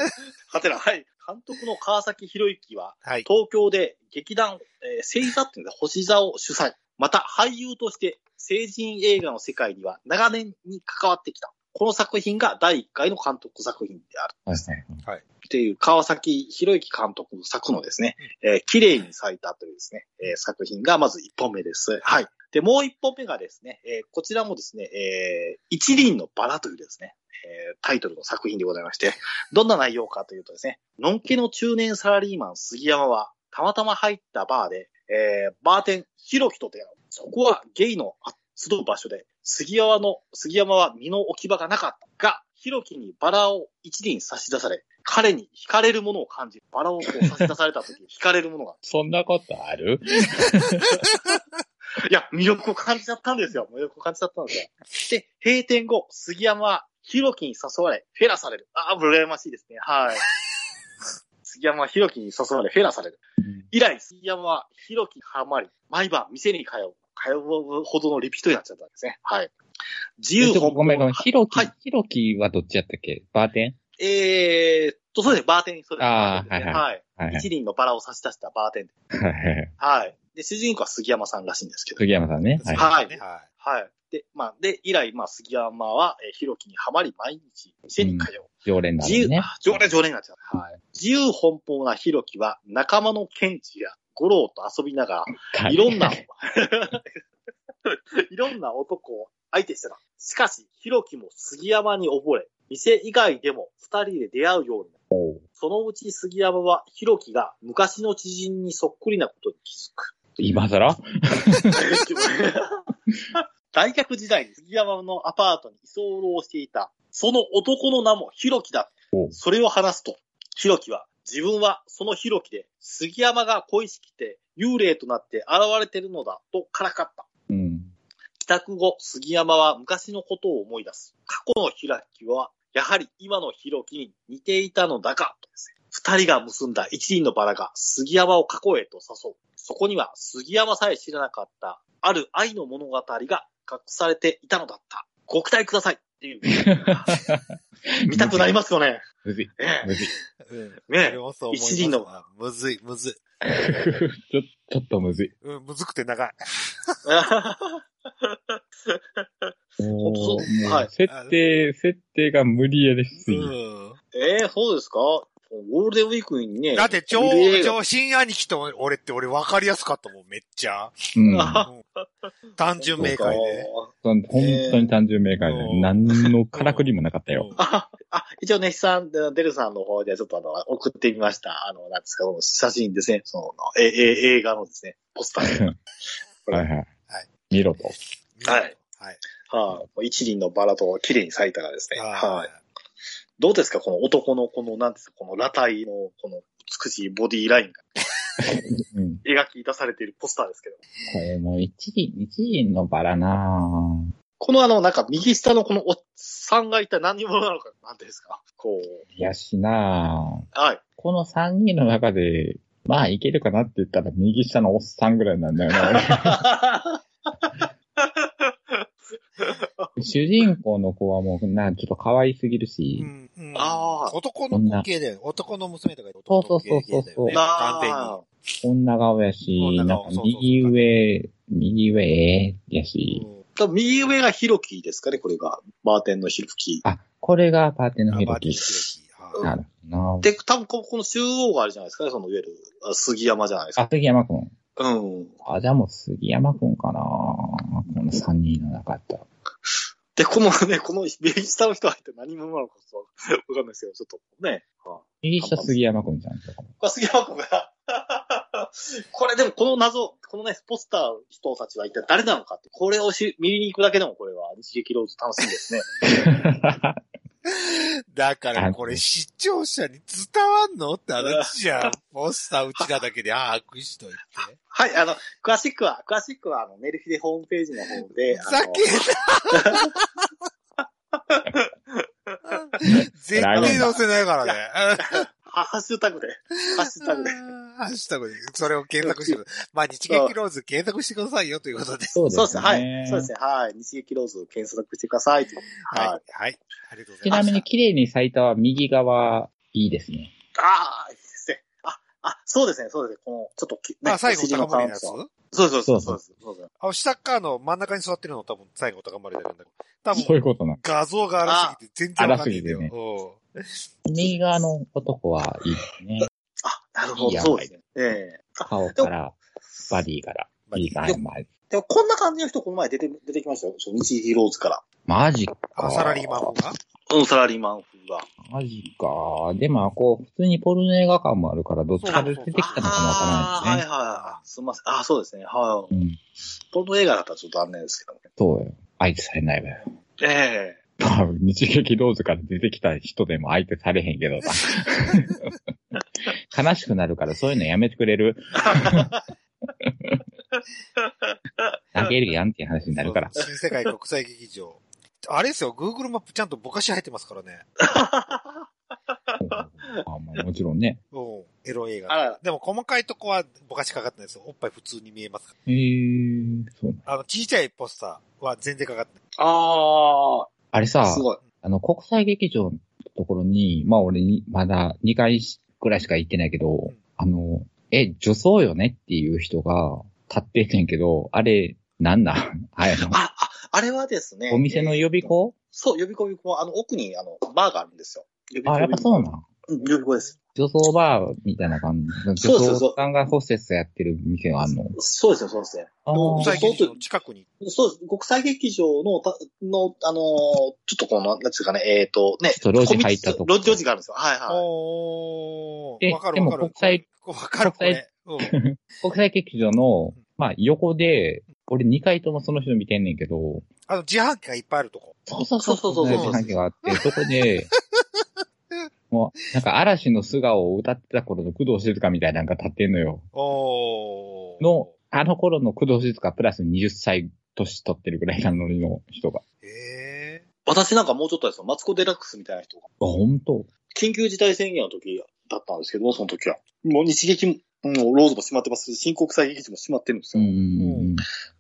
Speaker 3: ハテナ、はい。監督の川崎博之は、
Speaker 1: はい。
Speaker 3: 東京で劇団、えー星座っていうんですか星座を主催。また俳優として成人映画の世界には長年に関わってきた。この作品が第1回の監督作品である
Speaker 2: はいはいはい
Speaker 3: っていう川崎博之監督の作のですね、えー綺麗に咲いたというですね、えー作品がまず1本目です。はい。で、もう1本目がですね、えーこちらもですね、えー一輪のバラというですね、えータイトルの作品でございまして、どんな内容かというとですね、のんけの中年サラリーマン杉山は、たまたま入ったバーで、えーバーテン、ひろきと出会う。そこはゲイの集う場所で、杉山の、杉山は身の置き場がなかったが、ひろきにバラを一輪差し出され、彼に惹かれるものを感じ、バラをこう差し出された時、 *laughs* 惹かれるものが、
Speaker 2: そんなことある
Speaker 3: いや、魅力を感じちゃったんですよ。魅力を感じちゃったんですよ。で、閉店後、杉山は、ヒロキに誘われ、フェラされる。ああ、羨ましいですね。はい。杉山はヒロキに誘われ、フェラされる。以来、杉山はヒロキにハマり、毎晩店に通う。通うほどのリピートになっちゃったんですね。はい。自
Speaker 2: え
Speaker 3: 由
Speaker 2: ちょっと
Speaker 3: 奔
Speaker 2: ごめんご
Speaker 3: 放
Speaker 2: めん。ひろき
Speaker 3: はい、
Speaker 2: ひろきはどっちやったっけバーテン
Speaker 3: えーっと、そうですね、バーテンにそれ
Speaker 2: あー
Speaker 3: バーテンですね
Speaker 2: は
Speaker 3: はい。
Speaker 2: はいはい
Speaker 3: 一輪のバラを差し出したバーテン。
Speaker 2: はいはい。
Speaker 3: はい。で、主人公は杉山さんらしいんですけど。
Speaker 2: 杉山さんね。はい。
Speaker 3: はい
Speaker 1: ねは
Speaker 3: はい。で、まあ、で、以来、まあ、杉山は、えー、ひろきにはまり、毎日、店に通う。
Speaker 2: 常連な
Speaker 3: 自
Speaker 2: の
Speaker 3: 由、
Speaker 2: ね。
Speaker 3: あ常連、常連になっちゃう。はい。自由奔放なひろきは、仲間のケンチや五郎と遊びながら、いろん
Speaker 2: *laughs*
Speaker 3: な、いろんな男を相手してた。しかし、ひろきも杉山に溺れ、店以外でも二人で出会うようになる。
Speaker 2: おう。
Speaker 3: そのうち杉山は、ひろきが昔の知人にそっくりなことに気づく。
Speaker 2: 今更
Speaker 3: 大学時代に杉山のアパートに居候していた、その男の名もヒロキだ
Speaker 2: おう。
Speaker 3: それを話すと、ヒロキは、自分はそのヒロキで、杉山が恋しきて幽霊となって現れてるのだとからかった。
Speaker 2: うん。
Speaker 3: 帰宅後、杉山は昔のことを思い出す。過去のヒロキは、やはり今のヒロキに似ていたのだが、とですね二人が結んだ一輪のバラが杉山を過去へと誘う。そこには杉山さえ知らなかった、ある愛の物語が隠されていたのだった。ご期待くださいっ
Speaker 1: *laughs*
Speaker 3: ていう。見たくなりますよね。
Speaker 2: むずい。
Speaker 3: ええ
Speaker 2: むずい。 *laughs*
Speaker 1: い。うん。
Speaker 3: ねえ
Speaker 1: 俺もそう思います
Speaker 3: 一輪の
Speaker 1: あむずい、むずい。
Speaker 2: ちょ、ちょっとむずい。
Speaker 1: うん、むずくて長い。
Speaker 3: *laughs*
Speaker 2: もう、
Speaker 3: そう
Speaker 2: も
Speaker 3: は
Speaker 2: う
Speaker 3: い
Speaker 2: 設定、設定が無理やりす
Speaker 1: う
Speaker 2: ぎる。
Speaker 1: ん。
Speaker 3: ええそうですかゴールデンウィークにね。
Speaker 1: だって、超
Speaker 3: 見る映、画
Speaker 1: 超新兄貴と俺って俺分かりやすかったもん、めっちゃ。
Speaker 3: *laughs*
Speaker 2: うん。
Speaker 1: うん単純明快で。。
Speaker 2: 本当に単純明快
Speaker 1: う
Speaker 2: で。
Speaker 1: ん
Speaker 2: 何のからくりもなかったよ。
Speaker 3: あ、あ、一応ね、さん、デルさんの方でちょっとあの、送ってみました。あの、なんですか、この写真ですね、その、え、え、映画のですね、ポスター。 *laughs* うん
Speaker 2: はいはい。見ろと。
Speaker 1: うん
Speaker 3: はい。
Speaker 1: はい。
Speaker 3: はい、一輪のバラと綺麗に咲いたらですね。はい、
Speaker 1: い。
Speaker 3: どうですかこの男のこの、なんですかこの裸体の、この美しいボディライン
Speaker 2: うん。
Speaker 3: が描き出されているポスターですけど。
Speaker 2: これもう一輪、一輪のバラなぁ。
Speaker 3: このあの、なんか右下のこのおっさんが一体何者なのか、なんていうんですかこう、
Speaker 2: いやしなぁ。
Speaker 3: はい。
Speaker 2: この三人の中で、まあいけるかなって言ったら右下のおっさんぐらいなんだよ
Speaker 3: *laughs*
Speaker 2: な。主人公の子はもう、な、ちょっと可愛すぎるし
Speaker 1: う、んうん
Speaker 3: あー
Speaker 1: 男の子系だよ。男の娘とか
Speaker 2: そうそうそうそう
Speaker 1: 男の子系だよ *laughs* ね完全に。
Speaker 2: 女顔やし、
Speaker 1: 女
Speaker 2: な
Speaker 1: 顔
Speaker 2: んか右上、右上ええやし、
Speaker 3: 多分右上がヒロキですかね、これが。バーテンのヒロキ。
Speaker 2: あ、これがパーティー
Speaker 1: う
Speaker 2: の
Speaker 1: ん
Speaker 2: ヒ
Speaker 1: ア
Speaker 2: ロ
Speaker 1: バディ
Speaker 2: キ。
Speaker 1: ヒロキ
Speaker 2: なるほどな。
Speaker 3: で、多分ここの中央があるじゃないですかね、そのいわゆるあ杉山じゃないです
Speaker 2: あ
Speaker 3: か。、
Speaker 2: 杉山くん。
Speaker 3: うん。
Speaker 2: あ、じゃあもう杉山くんかなこの三人の中だったら。
Speaker 3: で、このね、この右下の人は一体何者なのかちょっとわかんないですけど、ちょっとね。はい
Speaker 2: 右下杉山くんじゃん。
Speaker 3: これ杉山君が、 *laughs* これでもこの謎、このね、ポスターの人たちは一体誰なのかって、これをし見に行くだけでもこれは日劇ローズ楽しみですね。
Speaker 1: だからこれ視聴者に伝わんのって話じゃん。ポスターうちらだけで、ああ、悪意しといて。
Speaker 3: はい、あの、詳しくは、詳しくは、あの、メルフィでホームページの方で、
Speaker 1: ふ
Speaker 3: あ
Speaker 1: ざ
Speaker 3: の
Speaker 1: けんな絶対載せないからね。
Speaker 3: はハッシュタグで、ハッシュタグで。
Speaker 1: ハッシュタグで、それを検索してください。まあ、日劇ローズ検索してくださいよということで。
Speaker 2: そう
Speaker 3: そう
Speaker 2: で
Speaker 3: です
Speaker 2: す
Speaker 3: ね、
Speaker 2: ね。
Speaker 3: はい。そうですね、はい。日劇ローズを検索してくださいと。
Speaker 1: はい
Speaker 3: は
Speaker 1: は
Speaker 3: い。。
Speaker 1: い。ありがとうござ
Speaker 2: ち
Speaker 1: いま
Speaker 2: な
Speaker 1: す。
Speaker 2: みに綺麗に咲いたは右側、いいですね。
Speaker 3: ああ、いいですね。あ、あ、そうですね、そうですね。この、ちょっとき、
Speaker 1: あ、最後、
Speaker 3: お尻
Speaker 1: 高森のや
Speaker 3: 感
Speaker 1: つ
Speaker 3: 想そうそうそうそうです。そうです
Speaker 1: あ、下っ側の真ん中に座ってるの多分最後高森だけなんだけど。多
Speaker 2: そうい
Speaker 1: 分
Speaker 2: うことなの。
Speaker 1: 画像が荒すぎて全然わかんないんだよ。
Speaker 2: 荒すぎ
Speaker 1: うん
Speaker 2: 右側の男はいいですね。
Speaker 3: あ、なるほ
Speaker 2: いい
Speaker 3: ど、
Speaker 2: や
Speaker 3: そうですね。ええあ
Speaker 2: 顔から、バディから、
Speaker 1: まあ
Speaker 2: いい感じまで。
Speaker 3: でもこんな感じの人、この前出て、出てきましたよ。その日ヒーローズから。
Speaker 2: マジか。
Speaker 1: あ、サラリーマンのが
Speaker 3: うん、サラリーマン風が。
Speaker 2: マジか。でも、こう、普通にポルノ映画館もあるから、どっちから出てきたのかもわ
Speaker 3: あ
Speaker 2: か
Speaker 3: あー、
Speaker 2: らない
Speaker 3: は
Speaker 2: いで
Speaker 3: はいはい。すみません。あーそうですね。は
Speaker 2: すね。うん。
Speaker 3: い。ポルノ映画だったらちょっと残念ですけどね。
Speaker 2: そうよ。相手されないわよ。
Speaker 3: え
Speaker 2: まあ、日劇ローズから出てきた人でも相手されへんけど
Speaker 3: *laughs*
Speaker 2: さ。悲しくなるから、そういうのやめてくれ
Speaker 3: *laughs*
Speaker 2: る投げるやんっていう話になるから。
Speaker 1: そう新世界国際劇場。あれですよ、Google マップちゃんとぼかし入ってますからね。
Speaker 2: あまあ、もちろんね。
Speaker 1: うん。エロ映
Speaker 3: え
Speaker 1: 画。
Speaker 3: あら、
Speaker 1: でも細かいとこはぼかしかかってないですよ。おっぱい普通に見えますか
Speaker 2: えー、そう。
Speaker 1: ら。あの、小さいポスターは全然かかってない。
Speaker 3: あ
Speaker 2: あれ
Speaker 3: あ、
Speaker 2: さ
Speaker 3: す、ごい。
Speaker 2: あの、国際劇場のところに、まあ俺に、まだ2回くらいしか行ってないけど、
Speaker 1: ん
Speaker 2: あの、え、女装よねっていう人が立ってんねんけど、あれ、なんなん *laughs* あれの、
Speaker 3: あ、あ、あれはですね。
Speaker 2: お店の呼び子
Speaker 3: そう、呼び込み子。あの、奥に、あの、バーがあるんですよ。呼び込み
Speaker 2: あ、やっぱそうなん
Speaker 3: うん呼び子です。
Speaker 2: 女装バーみたいな感じ。
Speaker 3: そうそうそう
Speaker 2: 女装さんがホステスやってる店があるの。
Speaker 3: そうですね、そうですね。
Speaker 2: あ
Speaker 1: 国
Speaker 3: そ
Speaker 2: ー
Speaker 1: 際
Speaker 3: う
Speaker 1: 劇場の近くに。
Speaker 3: そうです。国際劇場の、たの、あのー、ちょっとこの、なんつうかね、えっ、と、ね、
Speaker 2: ちょっと路地入ったとこ
Speaker 3: ロジ路地があるんですよ。はいはい。
Speaker 1: おー。
Speaker 2: え
Speaker 1: わか
Speaker 2: で
Speaker 1: る
Speaker 2: も
Speaker 1: わかる。
Speaker 2: 国際
Speaker 1: わかる、これ。うん。 *laughs*
Speaker 2: 国際劇場の、まあ横で、俺2回ともその人見てんねんけど、
Speaker 1: あの、自販機がいっぱいあるとこ。
Speaker 2: そうそう
Speaker 3: そうそうそう
Speaker 2: 自販機があって、そこで、もう、なんか嵐の素顔を歌ってた頃の工藤静香みたいなのが立ってんのよ。
Speaker 1: おー。
Speaker 2: の、あの頃の工藤静香プラス20歳年取ってるぐらいなのにの人が。あ、
Speaker 1: ええ
Speaker 3: 私なんかもうちょっとですよ。マツコデラックスみたいな人が。
Speaker 2: ほんと
Speaker 3: 緊急事態宣言の時だったんですけど、その時は。もう日劇も、うんローズも閉まってますし、新国際劇場も閉まってるんです
Speaker 2: う
Speaker 3: よ。
Speaker 2: んうん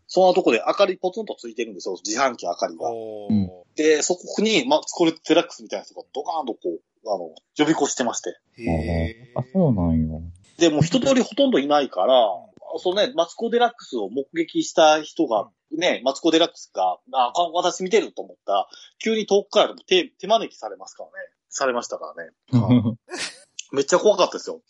Speaker 3: そんなとこで明かりポツンとついてるんですよ、自販機明かりが。
Speaker 1: お
Speaker 2: う
Speaker 1: ー
Speaker 2: ん。
Speaker 3: で、そこに、まあ、コルデラックスみたいな人がドカーンとこう、あの、呼び越してまして。
Speaker 1: へ
Speaker 2: うん。
Speaker 1: え
Speaker 2: ああ、そうなんよ。
Speaker 3: で、もう人通りほとんどいないから、そのね、マツコデラックスを目撃した人が、ね、マツコデラックスが、あ、あ私見てると思ったら、急に遠くからでも手、手招きされますからね。されましたからね。めっちゃ怖かったですよ。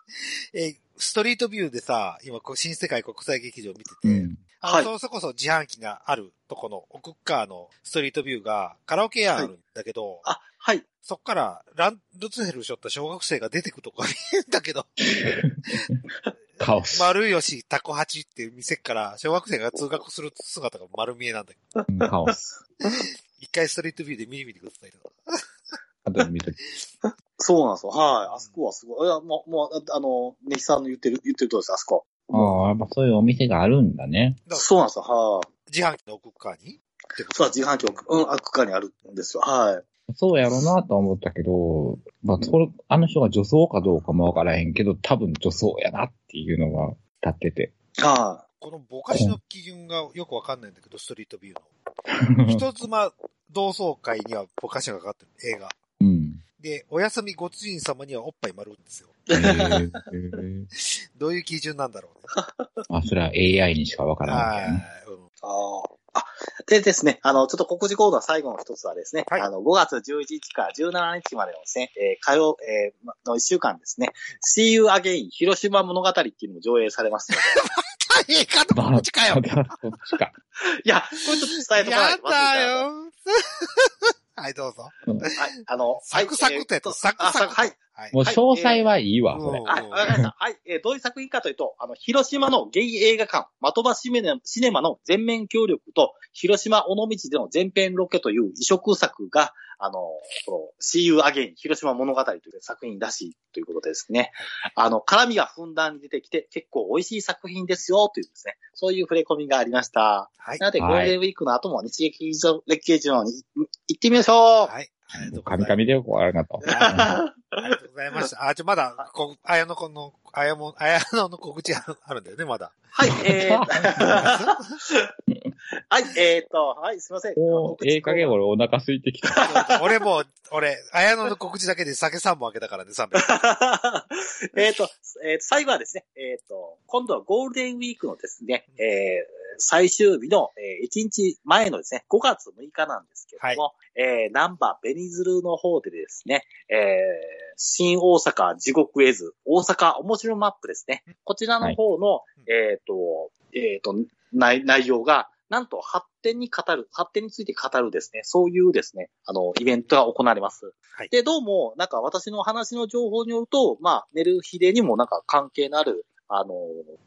Speaker 1: えーストリートビューでさ、今こう、新世界国際劇場見てて、
Speaker 2: うん。
Speaker 1: あの
Speaker 3: は
Speaker 1: そ
Speaker 3: い
Speaker 1: そこそ自販機があるとこの奥っ側のストリートビューがカラオケ屋あるんだけど、
Speaker 3: あ、はい。
Speaker 1: そっからラン、ルツヘルしょった小学生が出てくるとこが見えんだけど、 *laughs*
Speaker 2: カオス。
Speaker 1: 丸吉タコ八っていう店から小学生が通学する姿が丸見えなんだけど、
Speaker 2: うんカオス。
Speaker 1: 一回ストリートビューで見てみてくださいと。
Speaker 2: 後で見とき。
Speaker 3: そうなんですよ。はい。あそこはすごい。いや、もう、もう、ああの、ネヒさんの言ってる、言ってるとおりです、あそこ。
Speaker 2: ああ、やっぱそういうお店があるんだね。
Speaker 1: だ
Speaker 3: そうなんですよ。はい。
Speaker 1: 自販機の奥っ側に
Speaker 3: そうだ、自販機を、うん、あっかにあるんですよ。はい。
Speaker 2: そうやろうなとは思ったけど、まあ、それ、あの人が女装かどうかもわからへんけど、多分女装やなっていうのが立ってて。
Speaker 3: は
Speaker 1: このぼかしの基準がよくわかんないんだけど、ストリートビューの。人妻同窓会にはぼかしがかかってる、映画。
Speaker 2: うん。
Speaker 1: で、お休みご主人様にはおっぱい丸るんですよ。
Speaker 2: へー
Speaker 1: どういう基準なんだろうね。
Speaker 2: まあ、それは AI にしかわからない
Speaker 1: は
Speaker 2: け
Speaker 1: *laughs*
Speaker 2: ど
Speaker 1: い。う
Speaker 2: ね。
Speaker 1: ん
Speaker 3: い。ああ。あ、でですね、あの、ちょっと告示コードは最後の一つはですね、
Speaker 1: はい
Speaker 3: あの、5月11日から17日までのですね、えー火曜、えーまの1週間ですね、See You Again 広島物語っていうのも上映されますので。
Speaker 1: *laughs* 映画の
Speaker 2: まあ、
Speaker 1: 告知かよ。
Speaker 2: だそっちか。
Speaker 1: *laughs*
Speaker 3: いや、これちょっと伝えとかな
Speaker 1: や
Speaker 3: いとまずいから
Speaker 1: だ。よ。 *laughs* はい、どうぞ。
Speaker 3: はい、あの、
Speaker 1: サクサクとや
Speaker 3: えー
Speaker 1: つ、サク
Speaker 3: あ
Speaker 1: サ
Speaker 3: サ
Speaker 1: ク。
Speaker 3: クはい。
Speaker 1: はい。
Speaker 2: もう詳細はいいわ、
Speaker 1: はい
Speaker 2: それ。
Speaker 3: はい、わかりました。はい、えーどういう作品かというと、あの、広島のゲイ映画館、的場シネシネマの全面協力と、広島尾道での全編ロケという移植作が、あの、この、See You Again 広島物語という作品らしいということでですね。あの、絡みがふんだんに出てきて、結構美味しい作品ですよ、というですね、そういう触れ込みがありました。
Speaker 1: はい。
Speaker 3: なので、ゴ
Speaker 2: はい
Speaker 3: ールデンウィークの後も日劇場、劇場に行ってみましょう
Speaker 1: はい。ありがとうござ
Speaker 2: *laughs* カ
Speaker 1: いま
Speaker 2: ミ
Speaker 1: す
Speaker 2: カミでよくわからなかった。
Speaker 1: ありがとうございました。あ、ちょ、まだ、こ、あやのこの、あやも、あやのの告知あるんだよね、まだ。
Speaker 3: *laughs*
Speaker 1: *laughs*
Speaker 3: はい、えー、はい、えーっと、はい、すいません。
Speaker 2: お *laughs* ーええ加減
Speaker 3: を。
Speaker 2: 俺お腹空いてきた。
Speaker 1: 俺もう、俺、あやのの告知だけで酒3本開けたからね、3本。
Speaker 3: *laughs* えーっと、えー最後はですね、えーっと、今度はゴールデンウィークのですね、えー最終日の、え1日前のですね、5月6日なんですけども、えー、ナンバーベニズルの方でですね、えー新大阪地獄絵図、大阪面白マップですね。こちらの方の、えーっと、えーっと、内内容が、なんと発展に語る、発展について語るですね、そういうですね、あの、イベントが行われます。
Speaker 1: はい
Speaker 3: で、どうも、なんか私の話の情報によると、まあ、寝る日でにもなんか関係のある、あの、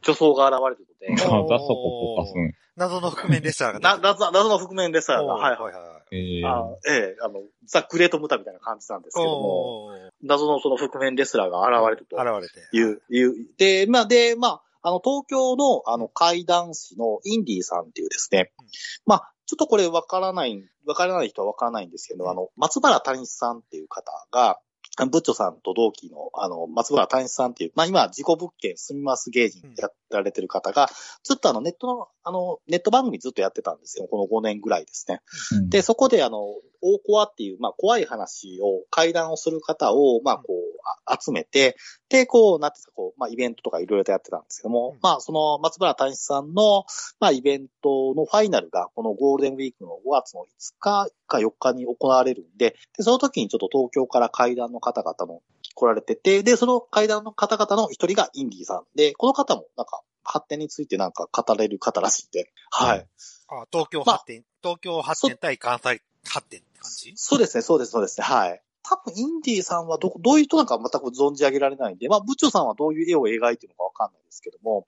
Speaker 3: 女装が現れるの
Speaker 2: ま
Speaker 1: *laughs*
Speaker 3: で、
Speaker 2: たそこポッパすん。
Speaker 1: 謎の覆面レストランが
Speaker 3: な、
Speaker 1: 出て
Speaker 3: 謎な謎の覆面レスト
Speaker 1: く
Speaker 3: ラ
Speaker 1: る。
Speaker 3: ンが、はい、はい。
Speaker 1: はいは
Speaker 2: ええ
Speaker 3: あええ、あの、ザ・グレート・ムタみたいな感じなんですけども、
Speaker 1: おー
Speaker 3: 謎のその覆面レスラーが現れると
Speaker 1: 現れて。
Speaker 3: いう、いう、で、まあ、で、まあ、あの、東京の、あの、怪談師のインディーさんっていうですね
Speaker 1: うん、
Speaker 3: まあ、ちょっとこれわからない、わからない人はわからないんですけど、あの、松原谷さんっていう方が、あのブッチョさんと同期の、あの、松原谷さんっていう、まあ今、事故物件住みます芸人やられてる方が、ずっとあの、ネットの、あの、ネット番組ずっとやってたんですよ。この5年ぐらいですね。
Speaker 2: うん
Speaker 3: で、そこであの、大コアっていう、まあ、怖い話を、会談をする方を、まあ、こう、あ集めて、で、こう、なんていうんですか、こう、まあ、イベントとかいろいろとやってたんですけども、
Speaker 1: うん
Speaker 3: まあ、その、松原谷さんの、まあ、イベントのファイナルが、このゴールデンウィークの5月の5日か4日に行われるんで、で、その時にちょっと東京から会談の方々も来られてて、で、その会談の方々の一人がインディーさんで、この方も、なんか、発展についてなんか語れる方らしいんで、はい。
Speaker 1: あ、東京発展、東京発展対関西発展って感じ
Speaker 3: そうですね、そうです、そうですね、はい。多分、インディーさんはどこ、どういう人なのか全く存じ上げられないんで、まあ、部長さんはどういう絵を描いてるのかわかんないですけども、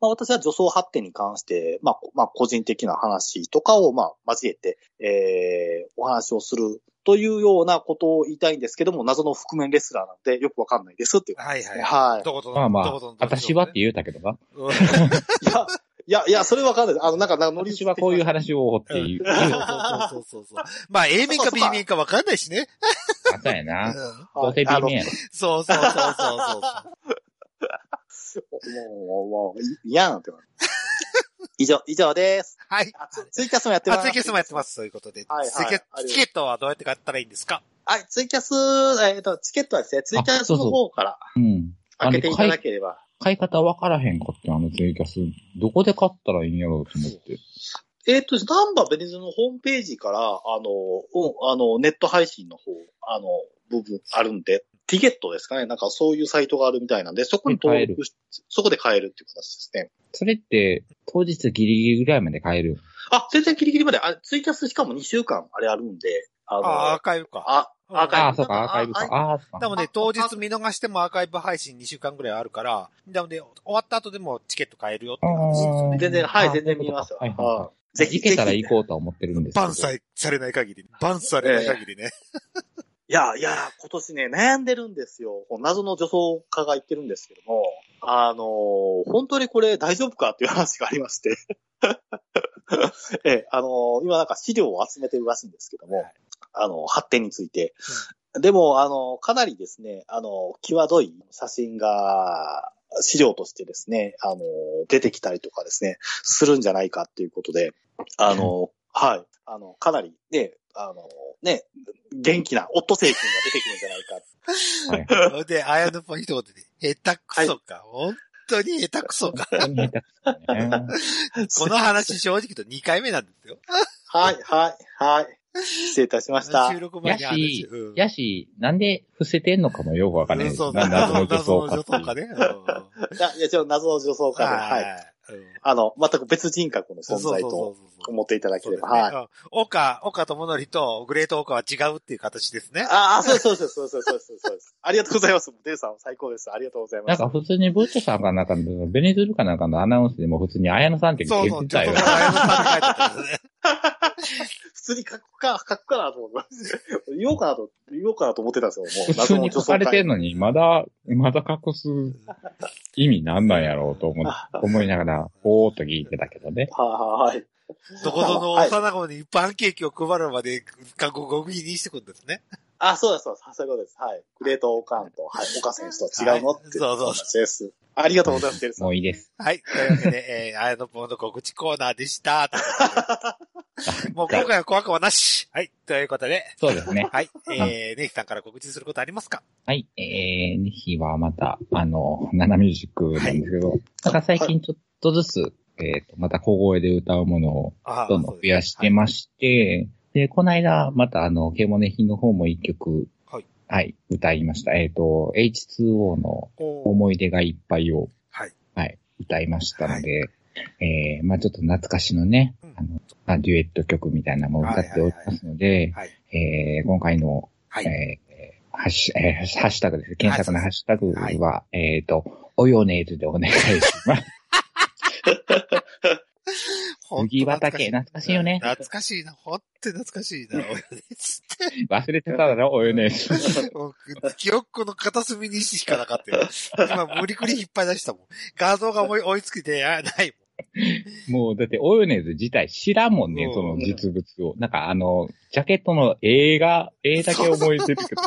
Speaker 3: まあ、私は女装発展に関して、まあ、こまあ、個人的な話とかを、まあ、交えて、えー、お話をするというようなことを言いたいんですけども、謎の覆面レスラーなんで、よくわかんないですっていう。
Speaker 1: はいはい。
Speaker 3: はい。
Speaker 1: どことの
Speaker 2: まあま
Speaker 1: ど
Speaker 2: あ
Speaker 1: ことの、
Speaker 2: 私はって言うたけどな。
Speaker 1: うん
Speaker 3: いや、いや、いや、それわかんないです。あの、なんか、なんかノリ
Speaker 2: 私はこういう話をっていう。
Speaker 1: そうそうそうそうそう。まあ、A 面か B 面か分かんないしね。
Speaker 2: あったや
Speaker 1: うん
Speaker 2: な。ど
Speaker 3: は
Speaker 2: う
Speaker 3: い
Speaker 2: せ B
Speaker 3: あの *laughs*
Speaker 2: 面や
Speaker 1: そうそうそうそうそう。
Speaker 3: もう、もう、もう、嫌なんて。以上、以上です。
Speaker 1: はい。
Speaker 3: あツツイキャスもやってます。
Speaker 1: あ、ツイキャスもやってます。ということで。
Speaker 3: はいはい
Speaker 1: ツイキャ
Speaker 3: ありがとう
Speaker 1: チケットはどうやって買ったらいいんですか
Speaker 3: はい、ツイキャス、えっ、と、チケットはですね、ツイキャスの方から
Speaker 2: うん。あ
Speaker 3: 開
Speaker 2: れ、
Speaker 3: けていた
Speaker 2: 買
Speaker 3: だ
Speaker 2: い、
Speaker 3: ければ。
Speaker 2: 買い方わからへんかって、あのツイキャス。どこで買ったらいいんやろうと思って。
Speaker 3: えっ、と、ナンバーベニズのホームページから、あの、うん、あの、ネット配信の方、あの、部分あるんで、ティゲットですかね。なんかそういうサイトがあるみたいなんで、そこに登録し、そこで買えるっていう形ですね。
Speaker 2: それって、当日ギリギリぐらいまで買える。
Speaker 3: あ、全然ギリギリまで、あツイキャスしかも2週間あれあるんで、あの、
Speaker 1: あ、アーカイブか。
Speaker 3: あ、アーカイブ
Speaker 2: ああ、そうか、アーカイブか。ああ、そう
Speaker 1: で
Speaker 2: か。
Speaker 1: もね、当日見逃してもアーカイブ配信2週間ぐらいあるから、でもね、終わった後でもチケット買えるよっていう話ですよね。
Speaker 3: 全然、は
Speaker 2: あ
Speaker 3: い、
Speaker 2: ー
Speaker 3: 全然見ますよ。
Speaker 2: そういうことかはいはい
Speaker 3: はいぜひ、
Speaker 2: 行けたら
Speaker 3: ぜひ
Speaker 2: 行こうとは思ってるんですけど。
Speaker 1: バンさえされない限り、バンされない限りね。
Speaker 3: いや、いや、今年ね、悩んでるんですよ。こう謎の女装家が言ってるんですけども、あのー本当にこれ大丈夫かっていう話がありまして。 *laughs* ええ、あのー今なんか資料を集めてるらしいんですけども、
Speaker 1: はい
Speaker 3: あのー発展について。でも、あのーかなりですね、あのー際どい写真が、資料としてですね、あのー出てきたりとかですね、するんじゃないかっていうことで、あの、はい。あの、かなり、ね、あの、ね、元気なオットセイ君が出てくるんじゃないか。
Speaker 2: はい
Speaker 1: それで、あやのぽん一言で、下手くそか。本当に下手くそか。
Speaker 2: 本当に下手くそね
Speaker 1: この話正直言うと2回目なんですよ。
Speaker 3: はい、はい、はい。失礼いたしました
Speaker 1: 収。録前にあるし。うん
Speaker 2: *laughs* やし、なんで伏せてんのかもよくわかんない。
Speaker 1: そう、
Speaker 2: なんであの女
Speaker 1: 謎
Speaker 2: 装
Speaker 1: の
Speaker 2: か
Speaker 1: 女
Speaker 2: ってい
Speaker 1: 装
Speaker 2: う
Speaker 1: かね。うん
Speaker 3: いや、いや、ちょ、謎の女装家で、 *laughs* はい。
Speaker 1: い。うん
Speaker 3: あの、全く別人格の存在と
Speaker 1: そうそう
Speaker 3: 思っていただけ
Speaker 1: そう
Speaker 3: れ
Speaker 1: です
Speaker 3: ば、
Speaker 1: ね
Speaker 3: はい。
Speaker 1: うん岡、岡智則とグレート岡は違うっていう形ですね。
Speaker 3: ああ、そうそうそうそうそうそうそうそうです。ありがとうございます。デルさん、最高です。ありがとうござい
Speaker 2: な
Speaker 3: ま
Speaker 2: ん
Speaker 3: す。
Speaker 2: か普通にブートさんかなんかの、ベネズエルかなんかのアナウンスでも普通に綾野さんって言
Speaker 1: そ
Speaker 2: っ
Speaker 1: う
Speaker 2: て
Speaker 1: そう、ちょ
Speaker 2: た
Speaker 1: っと
Speaker 2: よ。
Speaker 1: 早野さんって書いてあったんですね。
Speaker 3: *laughs* 普通に書くか、書くかなと思います。言おうかなと、言おうかなと思ってたんですよ。も
Speaker 2: 普
Speaker 3: う
Speaker 2: 通
Speaker 3: 謎の
Speaker 2: に
Speaker 3: 女
Speaker 2: 書
Speaker 3: 装
Speaker 2: か
Speaker 3: 家
Speaker 2: れ。てんのに、まだ、まだ隠す意味なんなんやろうと思う思いながら、おーっと聞いてたけどね。
Speaker 3: はい、はい、はい。
Speaker 1: どこぞの幼子にパンケーキを配るまで、韓国語にしてくんですね。
Speaker 3: あ、そうです、そうです。そういうことです。はい。グレートオーカーンと、はい、岡選手とは違うのってい
Speaker 1: はいそうそう
Speaker 3: 話です。ありがとうございます、テルさん
Speaker 2: もう。いいです。
Speaker 1: はい。というわけで、えー、あやのぽんの告知コーナーで
Speaker 2: *laughs*
Speaker 1: した。もう今回は怖くはなし。はい。ということで、
Speaker 2: そうですね。
Speaker 1: はい。えー、ネヒさんから告知することありますか
Speaker 2: はい、えー、日はまた、あの、ナナミュージックなんですけど、なんか最近ちょっとずつ、えっ、と、また小声で歌うものを
Speaker 1: あー
Speaker 2: どんどん増やしてまして、で、この間、またあの、ケモネヒの方も一曲、
Speaker 1: はい。
Speaker 2: 歌いました。えっ、と、H2O の
Speaker 1: そう
Speaker 2: 思い出がいっぱいを、
Speaker 1: はい。
Speaker 2: はい、歌いましたので、えー、まあちょっと懐かしのね、
Speaker 1: うん
Speaker 2: あの、まあ、デュエット曲みたいなものを歌っておりますので、
Speaker 1: はい。
Speaker 2: えー、今回の
Speaker 1: はい。
Speaker 2: えーえーハッシュ、えーハッシュタグです。検索の
Speaker 1: はい
Speaker 2: ハッシュタグは、えっ、と、およねーずでお願いします。
Speaker 1: ほんと
Speaker 2: 麦畑懐かしいよね
Speaker 1: 懐かしいな。ほんとに懐かしい
Speaker 2: *laughs*
Speaker 1: な。およねつっ
Speaker 2: 忘れてただろ、およね
Speaker 1: *laughs*
Speaker 2: ーず。
Speaker 1: て。もう記憶の片隅にしかなかったよ。今、無理くり引っ張り出したもん。画像が追い追いつきて、あ、ない
Speaker 2: もう、だって、およねーず自体知らんもんね
Speaker 1: う、ん
Speaker 2: その実物を。なんか、あの、ジャケットの映画、絵だけ覚えてるけど、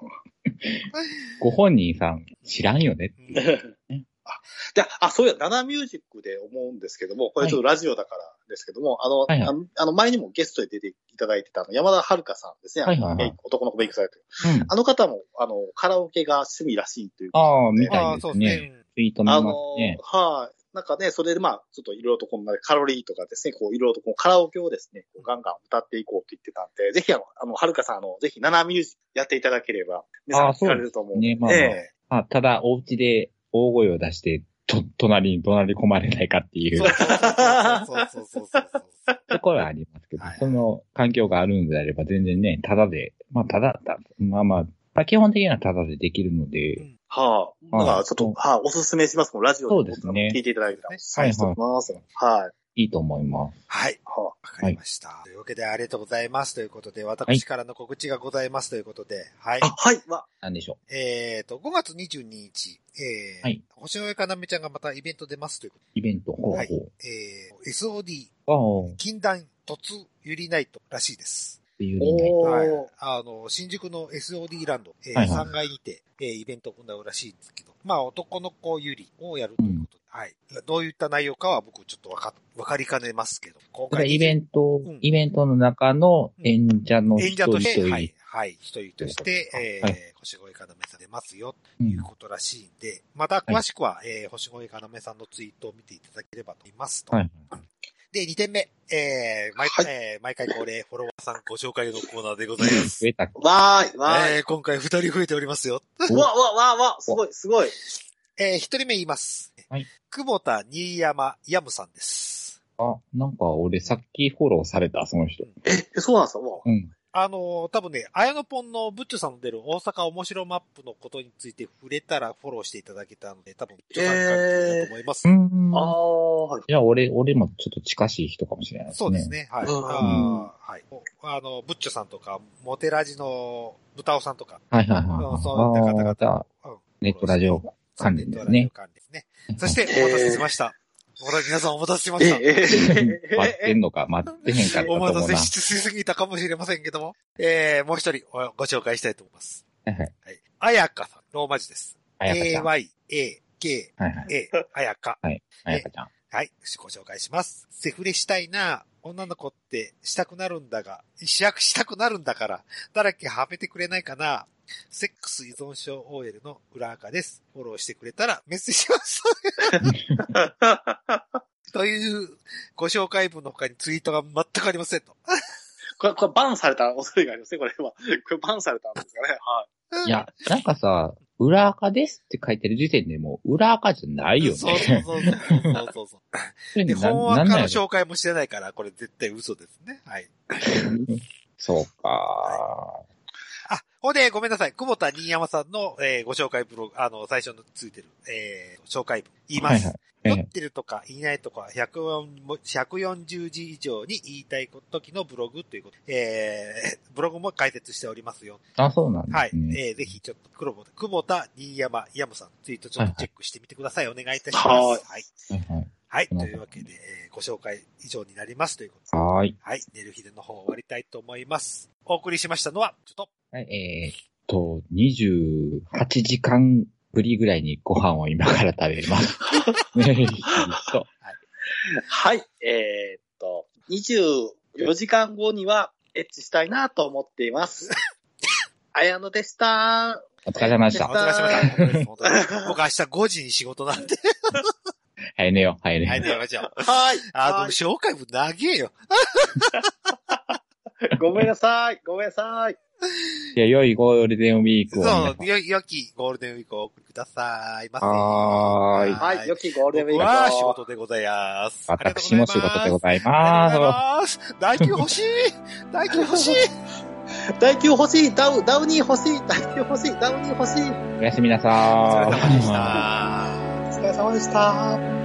Speaker 2: *laughs* ご本人さん知らんよね。
Speaker 1: もん。うん
Speaker 3: あじゃあ、あそういや、ナナミュージックで思うんですけども、これちょっとラジオだからですけども、
Speaker 2: はいはい
Speaker 3: あの、あのあの、前にもゲストで出ていただいてたあの山田遥さんですね。
Speaker 2: はいはいはい
Speaker 3: あの男の子メイクされてる。
Speaker 2: うん。
Speaker 3: あの方も、あの、カラオケが趣味らしいという
Speaker 2: ああ、み
Speaker 3: ね
Speaker 2: た
Speaker 1: ああ、
Speaker 2: いで
Speaker 1: そう
Speaker 2: す
Speaker 1: です
Speaker 2: ね。
Speaker 1: ね。
Speaker 2: ツイート見
Speaker 3: あ
Speaker 2: ます
Speaker 3: の
Speaker 2: ね。
Speaker 3: はい。なんかね、それでまあ、ちょっといろいろとこんなカロリーとかですね、こういろいろとこうカラオケをですね、こうガンガン歌っていこうと言ってたんで、ぜひあの、あの、はるかさん、あの、ぜひ、ナナミュージックやっていただければ、皆さん
Speaker 2: あそう
Speaker 3: 聞かれると思うんで。
Speaker 2: ねまあまあ
Speaker 3: え
Speaker 2: あただ、お家で大声を出して、と、隣に隣り込まれないかっていう。
Speaker 1: そうそうそうそうそうそうそう。
Speaker 2: ところはありますけど
Speaker 1: はいは、い
Speaker 2: その環境があるのであれば全然ね、ただで、まあただ、たまあまあ、まあ、基本的にはただでできるの
Speaker 1: う
Speaker 2: で
Speaker 1: ん、
Speaker 3: はい、
Speaker 2: はい
Speaker 3: だからちょっと、はい、おすすめします。もうラジオ
Speaker 2: そうですね
Speaker 3: 聞いていただいたら、おすす
Speaker 2: はいは
Speaker 3: め
Speaker 2: い
Speaker 3: しておきます。はい。
Speaker 2: いいと思います。
Speaker 1: はい。
Speaker 3: は
Speaker 1: わかりました、というわけで、ありがとうございます。ということで、私からの告知がございますということで、はい
Speaker 3: い。。あ、はい、まあ、
Speaker 2: なんでしょ
Speaker 1: えっ、と、5月22日、えー
Speaker 2: はい
Speaker 1: 星の上かなめちゃんがまたイベント出ますというこ
Speaker 2: う。イベント、ほう
Speaker 1: はい
Speaker 2: ほ
Speaker 1: とで、えー SOD、
Speaker 2: う。ああ、
Speaker 1: 禁断突ユリナイトらしいです。
Speaker 2: っていうのない。
Speaker 3: おー。
Speaker 1: はい。あの、新宿の SOD ランド、えー
Speaker 2: はいはい
Speaker 1: 3階にて、えーイベントを行うらしいんですけど、まあ、男の子ユリをやるということで、はい。どういった内容かは僕ちょっとわか、わかりかねますけど、今
Speaker 2: これ
Speaker 1: 回。
Speaker 2: イベント
Speaker 1: うん、
Speaker 2: イベントの中の演者の一
Speaker 1: 演者
Speaker 2: 人
Speaker 1: と
Speaker 2: 一
Speaker 1: して、
Speaker 2: 人。
Speaker 1: はい、はい、一人として、えー
Speaker 2: は
Speaker 1: 星越かなめさん出ますよ、
Speaker 2: う
Speaker 1: と
Speaker 2: ん
Speaker 1: いうことらしいんで、また詳しくは、えー星越かなめさんのツイートを見ていただければと思いますと。
Speaker 2: はい。
Speaker 1: で、2点目。えー、毎,、
Speaker 3: はい
Speaker 1: えー毎回恒例、フォロワーさんご紹介のコーナーでござい
Speaker 2: *laughs*
Speaker 1: ます。
Speaker 2: 増えたっけ
Speaker 3: わーい、わーい。
Speaker 1: えー、今回2人増えておりますよ。
Speaker 2: ー
Speaker 3: うわ、わ、わ、わ、すごい、すごい。
Speaker 1: えー、1人目言います。
Speaker 2: はい。
Speaker 1: 久保田新山ヤムさんです。
Speaker 2: あ、なんか俺さっきフォローされた、その人。
Speaker 3: え、そうなんですかわ
Speaker 2: うん。
Speaker 1: あのー多分ね、あやのぽんのブッチョさんの出る大阪面白マップのことについて触れたらフォローしていただけたので、多分、ちょっと参加だと思います。
Speaker 2: うん。
Speaker 3: あー、はい。
Speaker 2: じゃあ俺、俺もちょっと近しい人かもしれないですね。
Speaker 1: そうです。ね。はい。
Speaker 3: うん
Speaker 1: あーはい。おあの、ブッチョさんとか、モテラジのブタオさんとか、
Speaker 2: はいはいはい
Speaker 1: うん
Speaker 2: はい。
Speaker 1: そういった方
Speaker 2: あーじゃあ
Speaker 1: 々。うん
Speaker 2: ネットラジオ関連ですね
Speaker 1: ネットラジオ関連ですね。そして、お待たせしました。お待たせ皆さんお待たせしま
Speaker 3: え、
Speaker 1: した。
Speaker 3: え、え、
Speaker 2: 待って
Speaker 3: え、
Speaker 2: ん
Speaker 1: *laughs*
Speaker 2: のか、待ってへんかったと
Speaker 1: お
Speaker 2: 思う
Speaker 1: 待
Speaker 2: な。
Speaker 1: た
Speaker 2: は
Speaker 1: せしすぎたかもしれませんけども、えー、もう一人おご紹介したいと思います。
Speaker 2: いはい。
Speaker 1: はい。あやかさん、ローマ字です。
Speaker 2: あやかちゃん。はい
Speaker 1: a, y, a, k,
Speaker 2: はい。
Speaker 1: え、あやか。
Speaker 2: あやかちゃん。
Speaker 1: はい、ご紹介します。セフレしたいな、女の子ってしたくなるんだが、主役したくなるんだから、だらけはめてくれないかな。セックス依存症 OL の裏垢です。フォローしてくれたらメッセージします。 *laughs*
Speaker 3: *laughs*
Speaker 1: というご紹介文の他にツイートが全くありませんと。
Speaker 3: これ、これバンされた恐れがありますね、これは。これバンされたんですかね。はい
Speaker 2: や、なんかさ、裏垢ですって書いてる時点でもう裏垢じゃないよね。
Speaker 1: そうそうそうそうそうそう。
Speaker 2: *laughs*
Speaker 1: で、本
Speaker 2: な
Speaker 1: 話
Speaker 2: ん
Speaker 1: か
Speaker 2: なん
Speaker 1: の
Speaker 2: やろ
Speaker 1: 紹介もしてないから、これ絶対嘘ですね。はい。
Speaker 2: そうか。
Speaker 1: あ、ほんで、ごめんなさい。久保田新山さんの、えーご紹介ブログ、あの、最初のついてる、えー紹介文、言います。
Speaker 2: はいはい
Speaker 1: 酔ってるとか言いないとか、104も140字以上に言いたい時のブログということ、えー、ブログも解説しておりますよ。
Speaker 2: あ、そうなん
Speaker 1: はい。
Speaker 2: ですね。
Speaker 1: えー、ぜひ、ちょっと、黒本、久保田、新山、山さん、ツイートちょっとチェックしてみてください。お願いいたします。
Speaker 3: は
Speaker 1: はい。
Speaker 2: はいはい
Speaker 1: はい。というわけで、えーご紹介以上になりますということで。
Speaker 2: はーい。
Speaker 1: はい。寝る日での方終わりたいと思います。お送りしましたのは、ちょっと、
Speaker 2: はい、えーっと、28時間ぶりぐらいにご飯を今から食
Speaker 1: *laughs*
Speaker 2: べます。ねえ、と。
Speaker 3: はい、えーっと、24時間後にはエッチしたいなと思っています。あやのでした。
Speaker 2: お疲れ様でし
Speaker 1: お
Speaker 2: た。
Speaker 1: 疲れ様でした。本当です本当です僕明日5時に仕事なんで。
Speaker 2: 早寝よう、早寝よ
Speaker 1: は
Speaker 2: う
Speaker 1: い、。寝ましょ
Speaker 2: *laughs*
Speaker 1: う。
Speaker 3: はい。
Speaker 1: あの、
Speaker 3: は
Speaker 1: 紹介文長えよ。
Speaker 3: いごめんなさい。ごめんなさい。
Speaker 2: いや、良いゴールデンウィークを皆さん。
Speaker 1: そう、よ、良きゴールデンウィークをお送りくださいませ。
Speaker 2: はーい。
Speaker 3: はい。良きゴールデンウィ
Speaker 1: 僕
Speaker 3: ークを。
Speaker 1: は仕事でございます。
Speaker 2: 私も仕事でご
Speaker 1: ざいます。
Speaker 2: ざい
Speaker 1: ありがとうございま
Speaker 2: ま
Speaker 1: す。大金欲しい大金欲しい
Speaker 3: 第9欲しい。ダウ、ダウニー欲しい。第9欲しい。ダウニー欲しい。
Speaker 2: す。おやすみな
Speaker 1: お疲
Speaker 2: さ
Speaker 1: れ様でし
Speaker 2: ーい。
Speaker 1: た。
Speaker 3: お疲れ様でした。